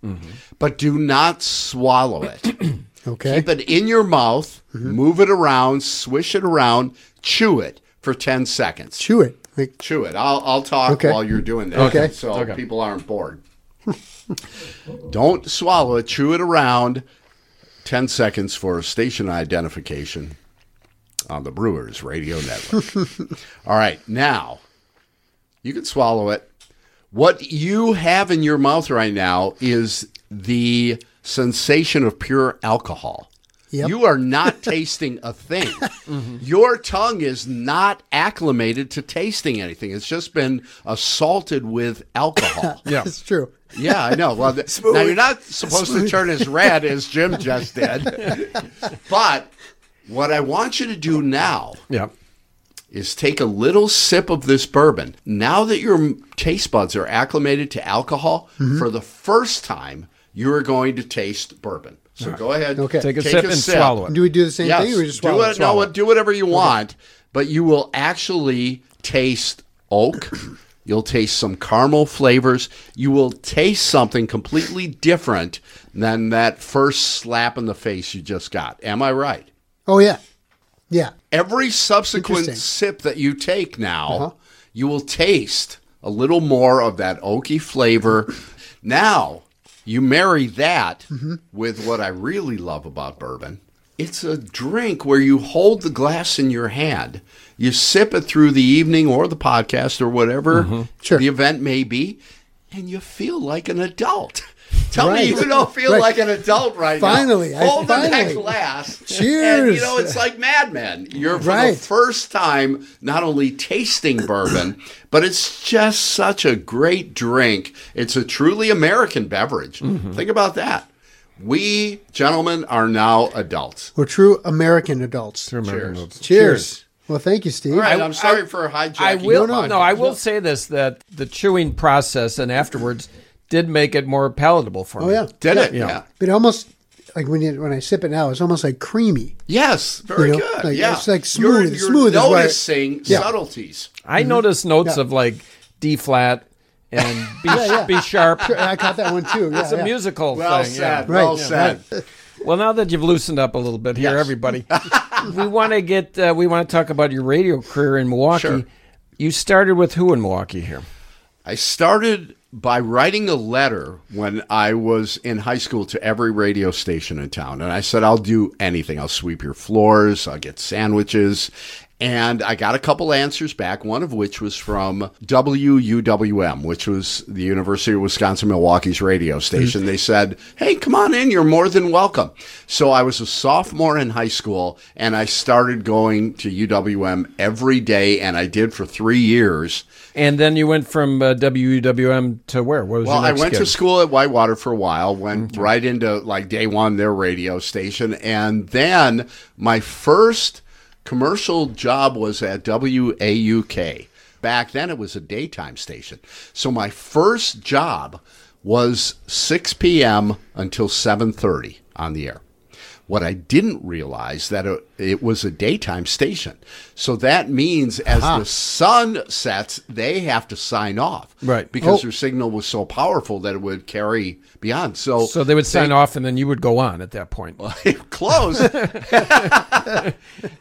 [SPEAKER 5] but do not swallow it.
[SPEAKER 2] Okay.
[SPEAKER 5] Keep it in your mouth, move it around, swish it around, chew it for 10 seconds.
[SPEAKER 2] Chew
[SPEAKER 5] Chew,
[SPEAKER 2] it. Like, [laughs]
[SPEAKER 5] it. I'll, I'll talk
[SPEAKER 2] Okay.
[SPEAKER 5] while you're doing that
[SPEAKER 2] Okay.
[SPEAKER 5] so people aren't bored. [laughs] Don't swallow it, chew it around. 10 seconds for station identification on the Brewers Radio
[SPEAKER 2] [laughs]
[SPEAKER 5] Network. All right, now you can swallow it. What you have in your mouth right now is the sensation of pure alcohol.
[SPEAKER 2] Yep.
[SPEAKER 5] You are not [laughs] tasting a thing. Your tongue is not acclimated to tasting anything. It's just been assaulted with alcohol.
[SPEAKER 1] Yeah.
[SPEAKER 2] It's true.
[SPEAKER 5] Yeah, I know. Well, th- now you're not supposed to turn as red as Jim just did. but what I want you to do now
[SPEAKER 1] Yeah.
[SPEAKER 5] is take a little sip of this bourbon. Now that your m- taste buds are acclimated to alcohol,
[SPEAKER 2] Mm-hmm.
[SPEAKER 5] for the first time, you are going to taste bourbon. So go ahead,
[SPEAKER 2] Okay.
[SPEAKER 1] Take a sip and swallow it.
[SPEAKER 2] Do we do the same
[SPEAKER 5] Yes,
[SPEAKER 2] thing or we just
[SPEAKER 5] do
[SPEAKER 2] swallow
[SPEAKER 5] what, no, do whatever you want, but you will actually taste
[SPEAKER 2] [clears throat]
[SPEAKER 5] oak. You'll taste some caramel flavors. You will taste something completely different than that first slap in the face you just got. Am I right?
[SPEAKER 2] Oh, yeah. Yeah.
[SPEAKER 5] every subsequent
[SPEAKER 2] Interesting. Uh-huh.
[SPEAKER 5] sip that you take now, you will taste a little more of that oaky flavor. now, you marry that
[SPEAKER 2] Mm-hmm.
[SPEAKER 5] with what I really love about bourbon. It's a drink where you hold the glass in your hand. You sip it through the evening or the podcast or whatever
[SPEAKER 2] Mm-hmm. Sure.
[SPEAKER 5] the event may be, and you feel like an adult. [laughs] Tell
[SPEAKER 2] Right.
[SPEAKER 5] me you don't feel
[SPEAKER 2] Right.
[SPEAKER 5] like an adult right
[SPEAKER 2] Finally,
[SPEAKER 5] now.
[SPEAKER 2] I-
[SPEAKER 5] Hold on that
[SPEAKER 2] finally.
[SPEAKER 5] glass. And, you
[SPEAKER 2] Cheers.
[SPEAKER 5] know, it's like Mad Men. You're for
[SPEAKER 2] Right.
[SPEAKER 5] the first time not only tasting bourbon, [clears throat] but it's just such a great drink. It's a truly American beverage.
[SPEAKER 2] Mm-hmm.
[SPEAKER 5] Think about that. We gentlemen are now adults.
[SPEAKER 2] We're true American adults.
[SPEAKER 5] Cheers.
[SPEAKER 2] Cheers. Well, thank you, Steve.
[SPEAKER 5] All right, I, am sorry for hijacking.
[SPEAKER 1] I will.
[SPEAKER 5] the
[SPEAKER 1] No,
[SPEAKER 5] podcast.
[SPEAKER 1] I will say this: that the chewing process and afterwards did make it more palatable for
[SPEAKER 2] Oh,
[SPEAKER 1] me.
[SPEAKER 2] yeah.
[SPEAKER 5] Did
[SPEAKER 2] yeah.
[SPEAKER 5] it? Yeah.
[SPEAKER 2] But almost like when you, when I sip it now, it's almost like
[SPEAKER 5] [laughs]
[SPEAKER 2] creamy.
[SPEAKER 5] Yes, very
[SPEAKER 2] You know,
[SPEAKER 5] good.
[SPEAKER 2] like,
[SPEAKER 5] yeah.
[SPEAKER 2] it's like
[SPEAKER 5] You're,
[SPEAKER 2] smooth.
[SPEAKER 5] you're
[SPEAKER 2] Smooth is what I-
[SPEAKER 5] noticing
[SPEAKER 2] Yeah.
[SPEAKER 5] subtleties.
[SPEAKER 1] I noticed notes
[SPEAKER 2] Yeah.
[SPEAKER 1] of like D flat and B,
[SPEAKER 2] yeah.
[SPEAKER 1] B sharp.
[SPEAKER 2] Sure, I caught that one too. Yeah,
[SPEAKER 1] It's a
[SPEAKER 2] yeah.
[SPEAKER 1] musical
[SPEAKER 5] Well
[SPEAKER 1] thing.
[SPEAKER 5] said.
[SPEAKER 1] Yeah.
[SPEAKER 2] Right,
[SPEAKER 5] Well
[SPEAKER 2] yeah,
[SPEAKER 5] said.
[SPEAKER 1] Well, now that you've loosened up a little bit here,
[SPEAKER 5] Yes.
[SPEAKER 1] everybody, we want to get uh, we want to talk about your radio career in Milwaukee.
[SPEAKER 5] Sure.
[SPEAKER 1] You started with who in Milwaukee here?
[SPEAKER 5] I started by writing a letter when I was in high school to every radio station in town. And I said, I'll do anything. I'll sweep your floors, I'll get sandwiches. And I got a couple answers back, one of which was from WUWM, which was the University of Wisconsin Milwaukee's radio station. They said, Hey, come on in. You're more than welcome. So I was a sophomore in high school and I started going to UWM every day. And I did for three years.
[SPEAKER 1] And then you went from uh, WUWM to where? What was
[SPEAKER 5] Well,
[SPEAKER 1] your
[SPEAKER 5] I
[SPEAKER 1] next
[SPEAKER 5] went
[SPEAKER 1] gig?
[SPEAKER 5] to school at Whitewater for a while, went right into like day one, their radio station. And then my first commercial job was at WAUK. Back then, it was a daytime station. So my first job was 6 p.m. until 7:30 on the air. What I didn't realize that it, it was a daytime station. So that means as the sun sets, they have to sign off.
[SPEAKER 4] Right.
[SPEAKER 5] Because
[SPEAKER 2] Oh.
[SPEAKER 5] their signal was so powerful that it would carry beyond.
[SPEAKER 4] [laughs]
[SPEAKER 5] So
[SPEAKER 4] So they would sign off, and then you would go on at that point.
[SPEAKER 5] [laughs]
[SPEAKER 4] [laughs]
[SPEAKER 5] close.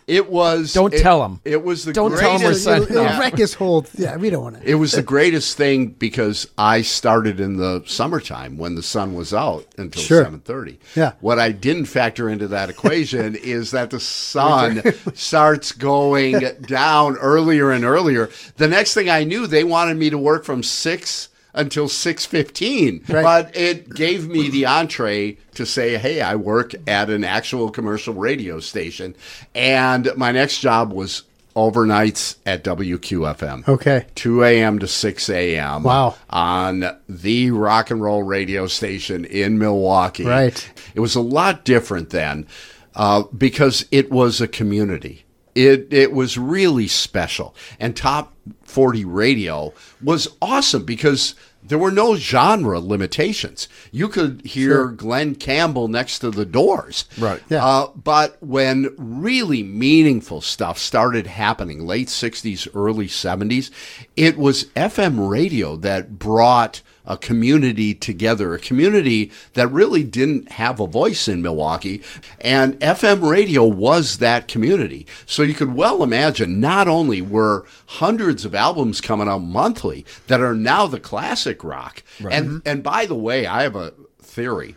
[SPEAKER 5] it was
[SPEAKER 4] Don't
[SPEAKER 5] it-
[SPEAKER 4] tell 'em.
[SPEAKER 5] It was the
[SPEAKER 4] Don't tell 'em we're
[SPEAKER 5] greatest-
[SPEAKER 4] signing
[SPEAKER 2] It'll, it'll
[SPEAKER 5] Yeah.
[SPEAKER 2] wreck his whole. Yeah, we don't want to.
[SPEAKER 5] It was the greatest thing because I started in the summertime when the sun was out until
[SPEAKER 2] Sure.
[SPEAKER 5] seven thirty.
[SPEAKER 2] Yeah.
[SPEAKER 5] What I didn't factor into
[SPEAKER 2] [laughs]
[SPEAKER 5] that equation is that the sun starts going down earlier and earlier. The next thing I knew, they wanted me to work from six until six fifteen.
[SPEAKER 2] Right.
[SPEAKER 5] But it gave me the entree to say, "Hey, I work at an actual commercial radio station," and my next job was overnights at WQFM.
[SPEAKER 2] Okay.
[SPEAKER 5] 2 a.m. to 6 a.m.
[SPEAKER 2] Wow.
[SPEAKER 5] On the rock and roll radio station in Milwaukee.
[SPEAKER 2] Right.
[SPEAKER 5] It was a lot different then uh, because it was a community. It, it was really special. And Top 40 Radio was awesome because there were no genre limitations. You could hear Glenn Campbell next to the doors.
[SPEAKER 4] Right.
[SPEAKER 2] Yeah.
[SPEAKER 5] Uh, but when really meaningful stuff started happening, late 60s, early 70s, it was FM radio that brought a community together, a community that really didn't have a voice in Milwaukee. And FM radio was that community. So you could well imagine not only were hundreds of albums coming out monthly that are now the classic rock. And and by the way, I have a theory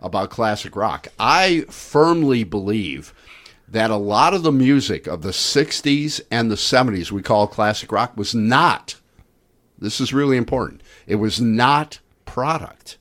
[SPEAKER 5] about classic rock. I firmly believe that a lot of the music of the 60s and the 70s we call classic rock was not, this is really important, it was not product.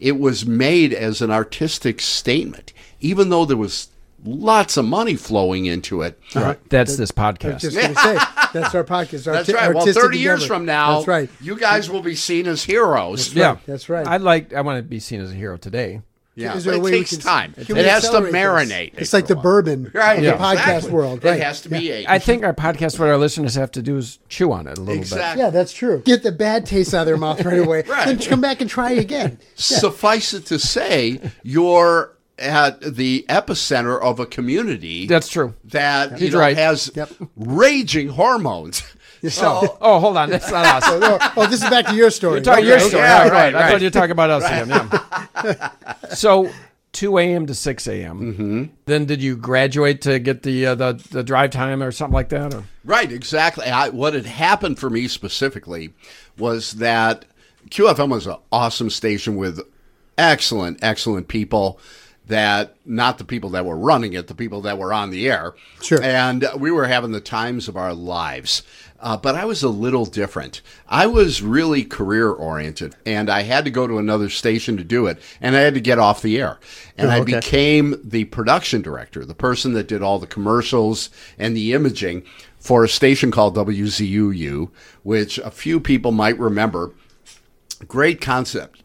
[SPEAKER 5] It was made as an artistic statement, even though there was lots of money flowing into it.
[SPEAKER 4] That's this
[SPEAKER 2] I was
[SPEAKER 4] podcast.
[SPEAKER 2] just going to say
[SPEAKER 5] [laughs]
[SPEAKER 2] that's our podcast. Our
[SPEAKER 5] That's
[SPEAKER 2] arti-
[SPEAKER 5] right. Well,
[SPEAKER 2] artistic
[SPEAKER 5] 30 years
[SPEAKER 2] endeavor.
[SPEAKER 5] from now,
[SPEAKER 2] That's right.
[SPEAKER 5] you guys will be seen as heroes.
[SPEAKER 4] yeah,
[SPEAKER 2] that's right.
[SPEAKER 4] I like. I want to be seen as a hero today.
[SPEAKER 5] Yeah,
[SPEAKER 2] Is there
[SPEAKER 5] but
[SPEAKER 2] a way
[SPEAKER 5] it
[SPEAKER 2] we
[SPEAKER 5] takes
[SPEAKER 2] can-
[SPEAKER 5] time.
[SPEAKER 2] can
[SPEAKER 5] It
[SPEAKER 2] we
[SPEAKER 5] has to
[SPEAKER 2] accelerate this?
[SPEAKER 5] marinate.
[SPEAKER 2] It's like the bourbon,
[SPEAKER 5] Right,
[SPEAKER 2] of the
[SPEAKER 5] exactly.
[SPEAKER 2] podcast world. Right?
[SPEAKER 5] It has to be aged.
[SPEAKER 4] I think our podcast, what our listeners have to do is chew on it a little bit.
[SPEAKER 5] exactly.
[SPEAKER 2] Yeah, that's true. Get the bad taste out of their mouth right away,
[SPEAKER 5] [laughs] Right. Oh.
[SPEAKER 2] then come back and try
[SPEAKER 5] [laughs]
[SPEAKER 2] again.
[SPEAKER 5] Suffice it to say, you're at the epicenter of a community
[SPEAKER 4] That's true.
[SPEAKER 5] that you
[SPEAKER 4] He's
[SPEAKER 5] know,
[SPEAKER 4] right.
[SPEAKER 5] has raging hormones. [laughs] So
[SPEAKER 4] Oh, hold on. That's [laughs] not us.
[SPEAKER 2] Oh, oh, this is back to your story.
[SPEAKER 4] Talk
[SPEAKER 2] Okay.
[SPEAKER 4] your story.
[SPEAKER 5] yeah,
[SPEAKER 4] right,
[SPEAKER 5] right,
[SPEAKER 4] right, I
[SPEAKER 5] right.
[SPEAKER 4] thought you were talking about us again. [laughs] yeah. so, 2 a.m. to 6 a.m. Then did you graduate to get the, uh, the the drive time or something like that? Or?
[SPEAKER 5] right, exactly. I, what had happened for me specifically was that QFM was an awesome station with excellent, excellent people. That not the people that were running it, the people that were on the air.
[SPEAKER 2] Sure.
[SPEAKER 5] and we were having the times of our lives. Uh, but I was a little different. I was really career oriented, and I had to go to another station to do it, and I had to get off the air.
[SPEAKER 2] Oh,
[SPEAKER 5] And I became the production director, the person that did all the commercials and the imaging for a station called WZUU, which a few people might remember. Great concept.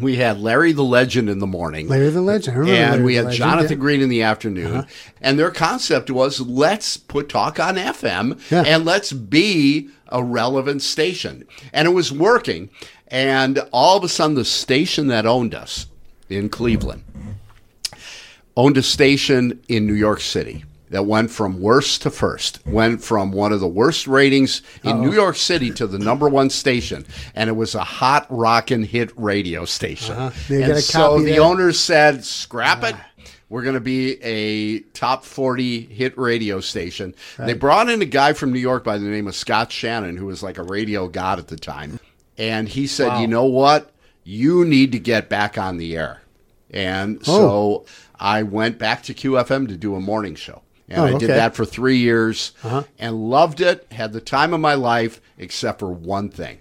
[SPEAKER 5] We had Larry the Legend in the morning
[SPEAKER 2] Larry the Legend. I remember Larry
[SPEAKER 5] and we
[SPEAKER 2] the
[SPEAKER 5] had
[SPEAKER 2] Legend, Uh-huh.
[SPEAKER 5] Jonathan
[SPEAKER 2] yeah.
[SPEAKER 5] Green in the afternoon. And their concept was let's put talk on FM
[SPEAKER 2] Yeah.
[SPEAKER 5] and let's be a relevant station. And it was working. And all of a sudden, the station that owned us in Cleveland owned a station in New York City that went from worst to first, went from one of the worst ratings in New York City to the number one station. And it was a hot rockin' hit radio station.
[SPEAKER 2] Uh-huh. They
[SPEAKER 5] And
[SPEAKER 2] gotta
[SPEAKER 5] so
[SPEAKER 2] copy
[SPEAKER 5] the
[SPEAKER 2] that.
[SPEAKER 5] owners said, scrap it.
[SPEAKER 2] Ah.
[SPEAKER 5] We're going to be a top 40 hit radio station. They brought in a guy from New York by the name of Scott Shannon, who was like a radio god at the time. And he said, you know what? You need to get back on the air.
[SPEAKER 2] Oh.
[SPEAKER 5] And so I went back to QFM to do a morning show. And
[SPEAKER 2] Oh,
[SPEAKER 5] I did
[SPEAKER 2] okay. Uh-huh.
[SPEAKER 5] that for three years and loved it, had the time of my life, except for one thing.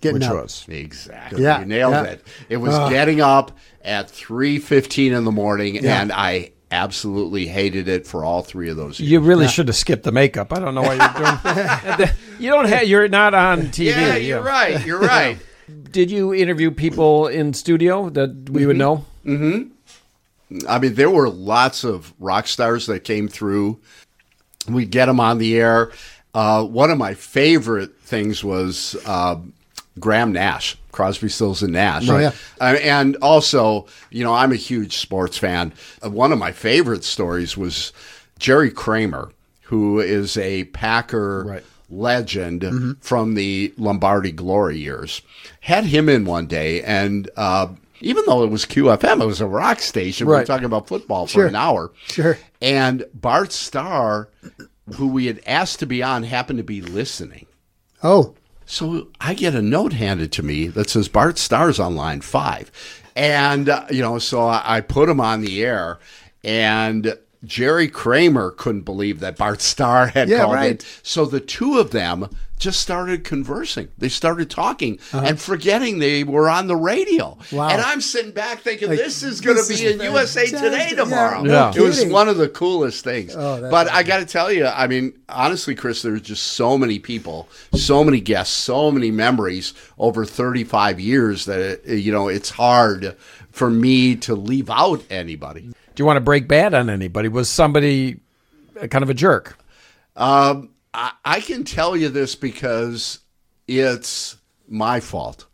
[SPEAKER 2] Getting
[SPEAKER 4] Which
[SPEAKER 2] up.
[SPEAKER 4] was?
[SPEAKER 5] Exactly.
[SPEAKER 2] Yeah,
[SPEAKER 5] You nailed
[SPEAKER 2] yeah.
[SPEAKER 5] it. It was getting up at 3:15 in the morning and I absolutely hated it for all three of those years.
[SPEAKER 4] You really should have skipped the makeup. I don't know why [laughs] you're doing You don't have, you're not on TV.
[SPEAKER 5] yeah, you're right. You're right.
[SPEAKER 4] Did you interview people in studio that we would know?
[SPEAKER 5] I mean, there were lots of rock stars that came through. We get them on the air. Uh, one of my favorite things was uh, Graham Nash, Crosby, Stills, and Nash.
[SPEAKER 2] Oh, yeah.
[SPEAKER 5] I- and also, you know, I'm a huge sports fan. Uh, One of my favorite stories was Jerry Kramer, who is a Packer legend
[SPEAKER 2] Mm-hmm.
[SPEAKER 5] from the Lombardi glory years, had him in one day. And uh, even though it was QFM, it was a rock station. We were
[SPEAKER 2] Right.
[SPEAKER 5] talking about football for
[SPEAKER 2] Sure.
[SPEAKER 5] an hour.
[SPEAKER 2] Sure.
[SPEAKER 5] And Bart Starr, who we had asked to be on, happened to be listening.
[SPEAKER 2] Oh,
[SPEAKER 5] So I get a note handed to me that says Bart Starr's on line five. And, uh, you know, so I, I put him on the air, and Jerry Kramer couldn't believe that Bart Starr had
[SPEAKER 2] Yeah,
[SPEAKER 5] called in.
[SPEAKER 2] right.
[SPEAKER 5] So the two of them just started conversing. They started talking and forgetting they were on the radio.
[SPEAKER 2] Uh-huh. Wow.
[SPEAKER 5] And I'm sitting back thinking,
[SPEAKER 2] Like,
[SPEAKER 5] this is going to
[SPEAKER 2] this
[SPEAKER 5] be
[SPEAKER 2] is
[SPEAKER 5] in USA Today
[SPEAKER 2] fantastic. Yeah,
[SPEAKER 5] tomorrow.
[SPEAKER 2] no
[SPEAKER 5] It was
[SPEAKER 2] kidding.
[SPEAKER 5] one of the coolest things.
[SPEAKER 2] that's
[SPEAKER 5] but I got to tell you, I mean, honestly, Chris, there's just so many people, so many guests, so many memories over 35 years that, uh, you know, it's hard for me to leave out anybody.
[SPEAKER 4] Do you want to break bad on anybody? Was somebody uh, kind of a jerk?
[SPEAKER 5] I, I can tell you this because it's my fault.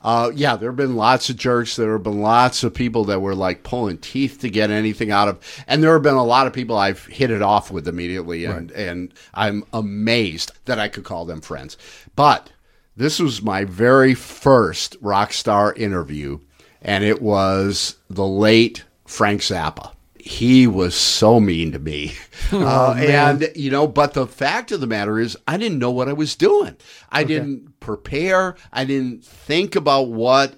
[SPEAKER 5] Uh, yeah, there have been lots of jerks. There have been lots of people that were like pulling teeth to get anything out of, and there have been a lot of people I've hit it off with immediately, and and I'm amazed that I could call them friends. But this was my very first rock star interview, and it was the late Frank Zappa. He was so mean to me, uh, and you know. But the fact of the matter is, I didn't know what I was doing. I didn't prepare. I didn't think about what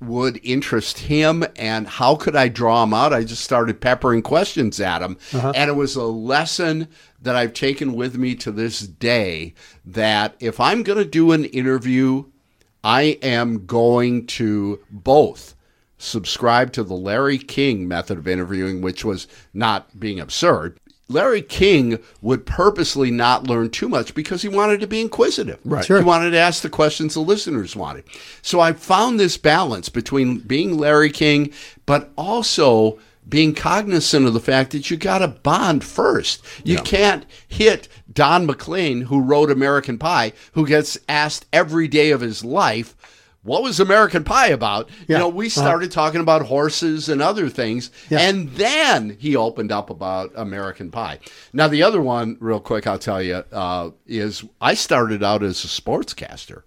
[SPEAKER 5] would interest him and how could I draw him out? I just started peppering questions at him. And it was a lesson that I've taken with me to this day that if I'm going to do an interview, I am going to both subscribe to the Larry King method of interviewing, which was not being absurd. Larry King would purposely not learn too much because he wanted to be inquisitive. Right. He wanted to ask the questions the listeners wanted. So I found this balance between being Larry King, but also being cognizant of the fact that you got to bond first. You can't hit Don McLean, who wrote American Pie, who gets asked every day of his life, what was American Pie about? You
[SPEAKER 2] Yeah.
[SPEAKER 5] know, we started talking about horses and other things, and then he opened up about American Pie. Now, the other one, real quick, I'll tell you, uh, is I started out as a sportscaster.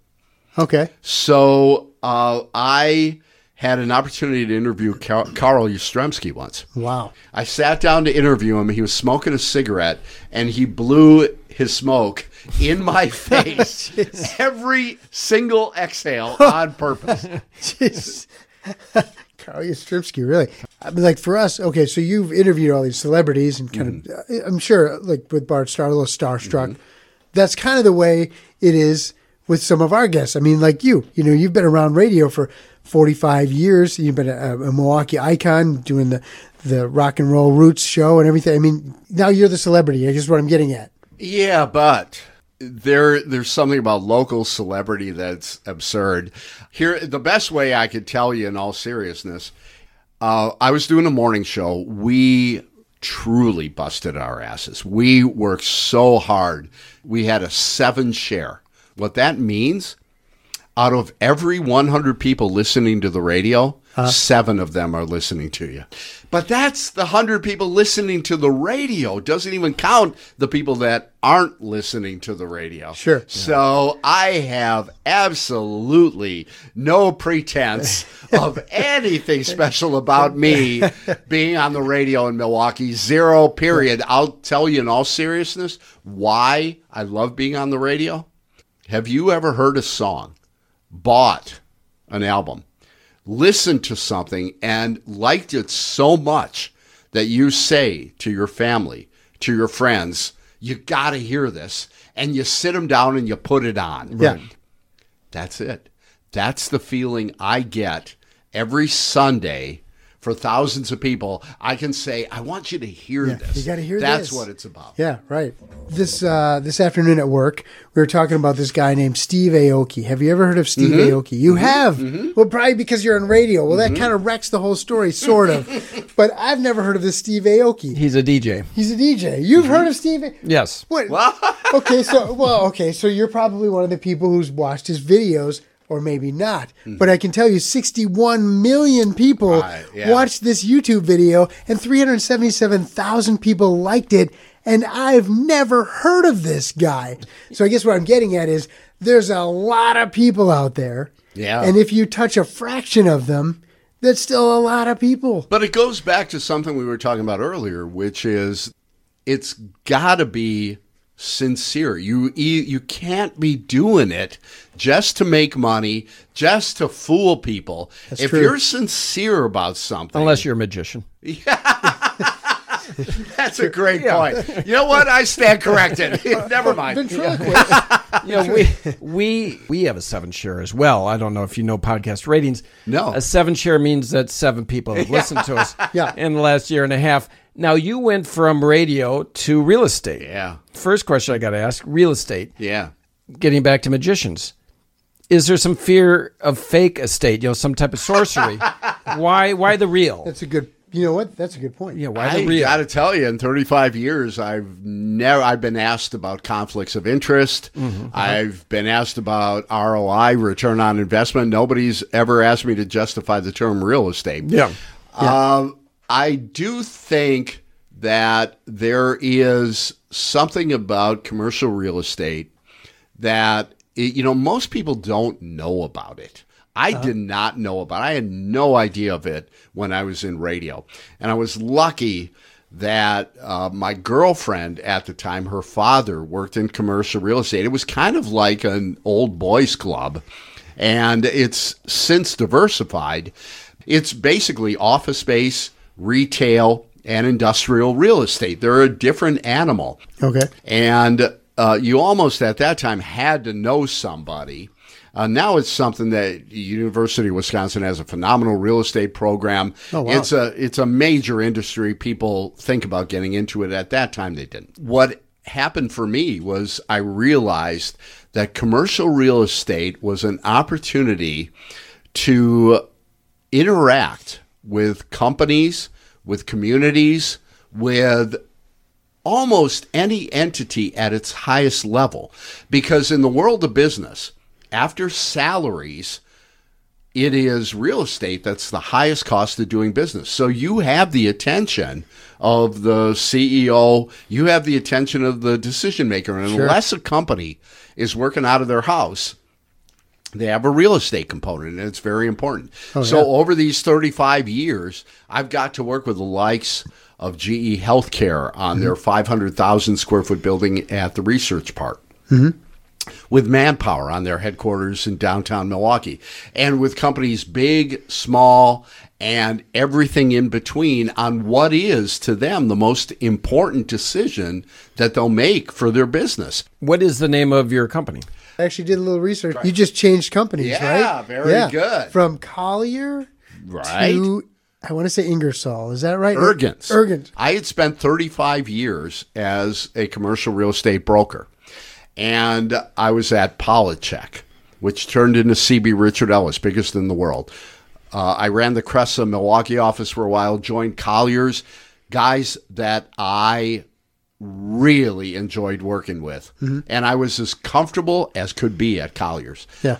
[SPEAKER 2] okay.
[SPEAKER 5] So uh, I had an opportunity to interview Car- Carl Yastrzemski once.
[SPEAKER 2] Wow.
[SPEAKER 5] I sat down to interview him. He was smoking a cigarette, and he blew his smoke in my [laughs] face every single exhale on purpose.
[SPEAKER 2] Jeez. [laughs] Carl Yastrzemski, really. I mean, like for us, okay, so you've interviewed all these celebrities and kind of, uh, I'm sure, like with Bart Starr, a little starstruck. That's kind of the way it is with some of our guests. I mean, like you, you know, you've been around radio for 45 years. You've been a, a Milwaukee icon doing the, the rock and roll roots show and everything. I mean, now you're the celebrity. I guess is what I'm getting at.
[SPEAKER 5] Yeah, but there there's something about local celebrity that's absurd. Here, the best way I could tell you, in all seriousness, uh, I was doing a morning show. We truly busted our asses. We worked so hard. We had a seven share. What that means, out of every 100 people listening to the radio, seven of them are listening to you. But that's the 100 people listening to the radio. Doesn't even count the people that aren't listening to the radio.
[SPEAKER 2] Sure.
[SPEAKER 5] So I have absolutely no pretense of anything special about me being on the radio in Milwaukee. Zero, period. I'll tell you in all seriousness why I love being on the radio. Have you ever heard a song, bought an album, listened to something, and liked it so much that you say to your family, to your friends, you got to hear this? And you sit them down and you put it on.
[SPEAKER 2] Yeah.
[SPEAKER 5] That's it. That's the feeling I get every Sunday for thousands of people. I can say, I want you to hear this.
[SPEAKER 2] you gotta hear
[SPEAKER 5] That's
[SPEAKER 2] this.
[SPEAKER 5] what it's about.
[SPEAKER 2] Yeah, right. This uh, this afternoon at work, we were talking about this guy named Steve Aoki. Have you ever heard of Steve Aoki? You have. Well, probably because you're on radio. Well, that kind of wrecks the whole story, sort of. but I've never heard of this Steve Aoki.
[SPEAKER 4] He's a DJ.
[SPEAKER 2] He's a DJ. You've heard of Steve? A-
[SPEAKER 4] Yes.
[SPEAKER 5] [laughs]
[SPEAKER 2] What? okay, so well, okay, so you're probably one of the people who's watched his videos or maybe not. But I can tell you, 61 million people
[SPEAKER 5] Mm-hmm. Right, yeah.
[SPEAKER 2] watched this YouTube video, and 377,000 people liked it. And I've never heard of this guy. So I guess what I'm getting at is there's a lot of people out there.
[SPEAKER 5] Yeah.
[SPEAKER 2] And if you touch a fraction of them, that's still a lot of people.
[SPEAKER 5] But it goes back to something we were talking about earlier, which is it's got to be sincere. You e- you can't be doing it just to make money, just to fool people. if
[SPEAKER 2] true.
[SPEAKER 5] you're sincere about something,
[SPEAKER 4] Unless you're a magician.
[SPEAKER 5] that's a great point. You know what? I stand corrected. Never mind.
[SPEAKER 2] Ventriloquist.
[SPEAKER 4] Yeah, we
[SPEAKER 5] [laughs]
[SPEAKER 4] we we have a seven share as well. I don't know if you know podcast ratings.
[SPEAKER 5] No.
[SPEAKER 4] a seven share means that seven people
[SPEAKER 5] [laughs]
[SPEAKER 4] have listened to us.
[SPEAKER 2] Yeah.
[SPEAKER 4] in the last year and a half. Now you went from radio to real estate.
[SPEAKER 5] Yeah.
[SPEAKER 4] First question I got to ask: real estate.
[SPEAKER 5] Yeah.
[SPEAKER 4] Getting back to magicians, is there some fear of fake estate? You know, some type of
[SPEAKER 5] [laughs]
[SPEAKER 4] sorcery. why? Why the real?
[SPEAKER 2] That's a good. You know what? That's a good point.
[SPEAKER 4] Yeah, why
[SPEAKER 5] I
[SPEAKER 4] the real?
[SPEAKER 5] got to tell you, in 35 years, I've never I've been asked about conflicts of interest.
[SPEAKER 4] Mm-hmm.
[SPEAKER 5] I've been asked about ROI, return on investment. Nobody's ever asked me to justify the term real estate.
[SPEAKER 4] yeah,
[SPEAKER 5] Um, I do think that there is something about commercial real estate that it, you know most people don't know about it. I did not know about. it. I had no idea of it when I was in radio, and I was lucky that uh, my girlfriend at the time, her father worked in commercial real estate. It was kind of like an old boys club, and it's since diversified. It's basically office space, retail, and industrial real estate. They're a different animal.
[SPEAKER 2] Okay.
[SPEAKER 5] And uh, you almost at that time had to know somebody. Uh, now it's something that University of Wisconsin has a phenomenal real estate program.
[SPEAKER 2] Oh, wow.
[SPEAKER 5] It's a it's a major industry. People think about getting into it. At that time, they didn't. What happened for me was I realized that commercial real estate was an opportunity to interact with companies, with communities, with almost any entity at its highest level. Because in the world of business, after salaries, it is real estate that's the highest cost of doing business. So you have the attention of the CEO, you have the attention of the decision maker. And unless a company is working out of their house, they have a real estate component and it's very important. so over these 35 years, I've got to work with the likes of GE Healthcare on their 500,000 square foot building at the research park. With manpower on their headquarters in downtown Milwaukee, and with companies big, small, and everything in between on what is to them the most important decision that they'll make for their business.
[SPEAKER 4] What is the name of your company?
[SPEAKER 2] I actually did a little research. You just changed companies,
[SPEAKER 5] Yeah,
[SPEAKER 2] right?
[SPEAKER 5] very good.
[SPEAKER 2] From Collier
[SPEAKER 5] Right.
[SPEAKER 2] to, I want to say Ingersoll. Is that right?
[SPEAKER 5] Ergens.
[SPEAKER 2] Ergens.
[SPEAKER 5] I had spent 35 years as a commercial real estate broker, and I was at Policheck, which turned into CB Richard Ellis, biggest in the world. Uh, I ran the Cressa Milwaukee office for a while, joined Colliers, guys that I really enjoyed working with. And I was as comfortable as could be at Colliers.
[SPEAKER 2] Yeah.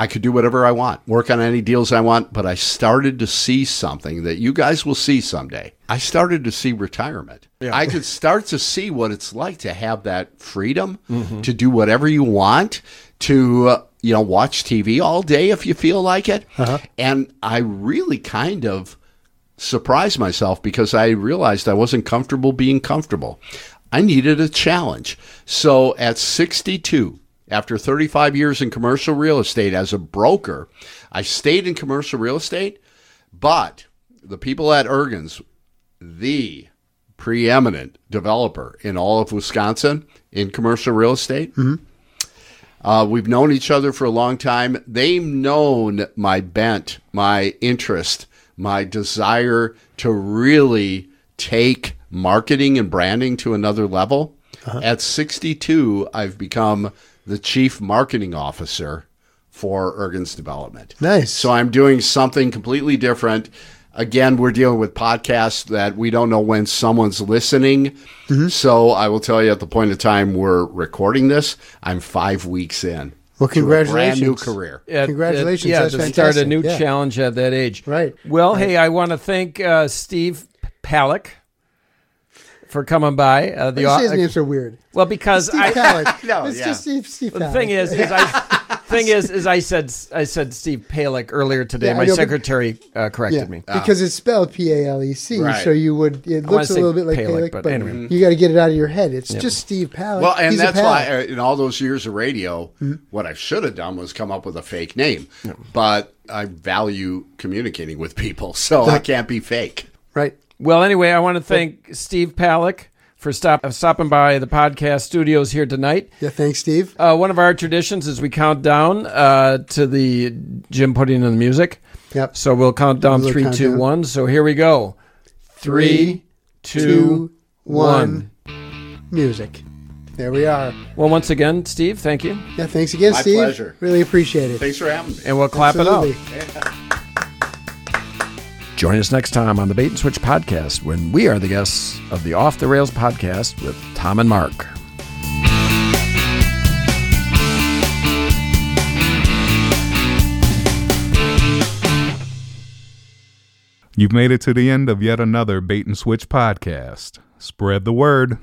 [SPEAKER 5] I could do whatever I want, work on any deals I want, but I started to see something that you guys will see someday. I started to see retirement. I could start to see what it's like to have that freedom to do whatever you want, to uh, you know watch TV all day if you feel like it. And I really kind of surprised myself because I realized I wasn't comfortable being comfortable. I needed a challenge. So at 62, after 35 years in commercial real estate as a broker, I stayed in commercial real estate, but the people at Ergens, the preeminent developer in all of Wisconsin in commercial real estate, uh, we've known each other for a long time. They've known my bent, my interest, my desire to really take marketing and branding to another level. At 62, I've become the chief marketing officer for Ergens Development.
[SPEAKER 2] Nice.
[SPEAKER 5] So I'm doing something completely different. Again, we're dealing with podcasts that we don't know when someone's listening.
[SPEAKER 2] Mm-hmm.
[SPEAKER 5] So I will tell you at the point of time we're recording this, I'm five weeks in.
[SPEAKER 2] Well,
[SPEAKER 5] to a brand
[SPEAKER 2] congratulations.
[SPEAKER 5] new career.
[SPEAKER 4] at-
[SPEAKER 2] Congratulations,
[SPEAKER 4] at- yeah,
[SPEAKER 2] that's
[SPEAKER 4] to start a
[SPEAKER 2] fantastic,
[SPEAKER 4] new
[SPEAKER 2] yeah.
[SPEAKER 4] challenge at that age.
[SPEAKER 2] Right,
[SPEAKER 4] Well, hey, I want to thank uh, Steve Palick for coming by. Uh, the
[SPEAKER 2] You say his
[SPEAKER 4] au-
[SPEAKER 2] names are
[SPEAKER 5] [laughs]
[SPEAKER 2] weird.
[SPEAKER 4] well, because
[SPEAKER 2] Steve
[SPEAKER 4] I,
[SPEAKER 2] Palick.
[SPEAKER 5] No,
[SPEAKER 2] it's
[SPEAKER 5] yeah.
[SPEAKER 2] just Steve, Steve
[SPEAKER 4] the thing
[SPEAKER 2] Palick.
[SPEAKER 4] is, is I [laughs] thing is, is I said I said Steve Palick earlier today.
[SPEAKER 2] Yeah, I
[SPEAKER 4] My
[SPEAKER 2] know, but-
[SPEAKER 4] secretary uh, corrected
[SPEAKER 2] yeah,
[SPEAKER 4] me.
[SPEAKER 2] because it's spelled P A L E C,
[SPEAKER 5] Right.
[SPEAKER 2] so you would it looks a
[SPEAKER 4] say
[SPEAKER 2] little bit like
[SPEAKER 4] Palick,
[SPEAKER 2] Palick,
[SPEAKER 4] but
[SPEAKER 2] but,
[SPEAKER 4] anyway.
[SPEAKER 2] you got to get it out of your head. It's just Steve Palick.
[SPEAKER 5] Well, and
[SPEAKER 2] He's a Mm-hmm.
[SPEAKER 5] that's why
[SPEAKER 2] Palick.
[SPEAKER 5] uh, in all those years of radio, what I should have done was come up with a fake name. But I value communicating with people, [laughs] so I can't be fake.
[SPEAKER 2] right.
[SPEAKER 4] Well, anyway, I want to thank Steve Palick for stop, uh, stopping by the podcast studios here tonight.
[SPEAKER 2] Yeah, thanks, Steve.
[SPEAKER 4] Uh, one of our traditions is we count down uh, to the Jim putting in the music.
[SPEAKER 2] Yep.
[SPEAKER 4] So we'll count down
[SPEAKER 2] We'll
[SPEAKER 4] three, two, one.
[SPEAKER 2] count down.
[SPEAKER 4] So here we go. Three, two,
[SPEAKER 2] Two,
[SPEAKER 4] one.
[SPEAKER 2] one. Music. There we are.
[SPEAKER 4] Well, once again, Steve, thank you,
[SPEAKER 2] Yeah, thanks again,
[SPEAKER 5] My
[SPEAKER 2] Steve.
[SPEAKER 5] pleasure.
[SPEAKER 2] Really appreciate it.
[SPEAKER 5] Thanks for having me.
[SPEAKER 4] and we'll clap it
[SPEAKER 2] Absolutely.
[SPEAKER 4] out. Join us next time on the Bait and Switch podcast when we are the guests of the Off the Rails podcast with Tom and Mark.
[SPEAKER 3] You've made it to the end of yet another Bait and Switch podcast. Spread the word.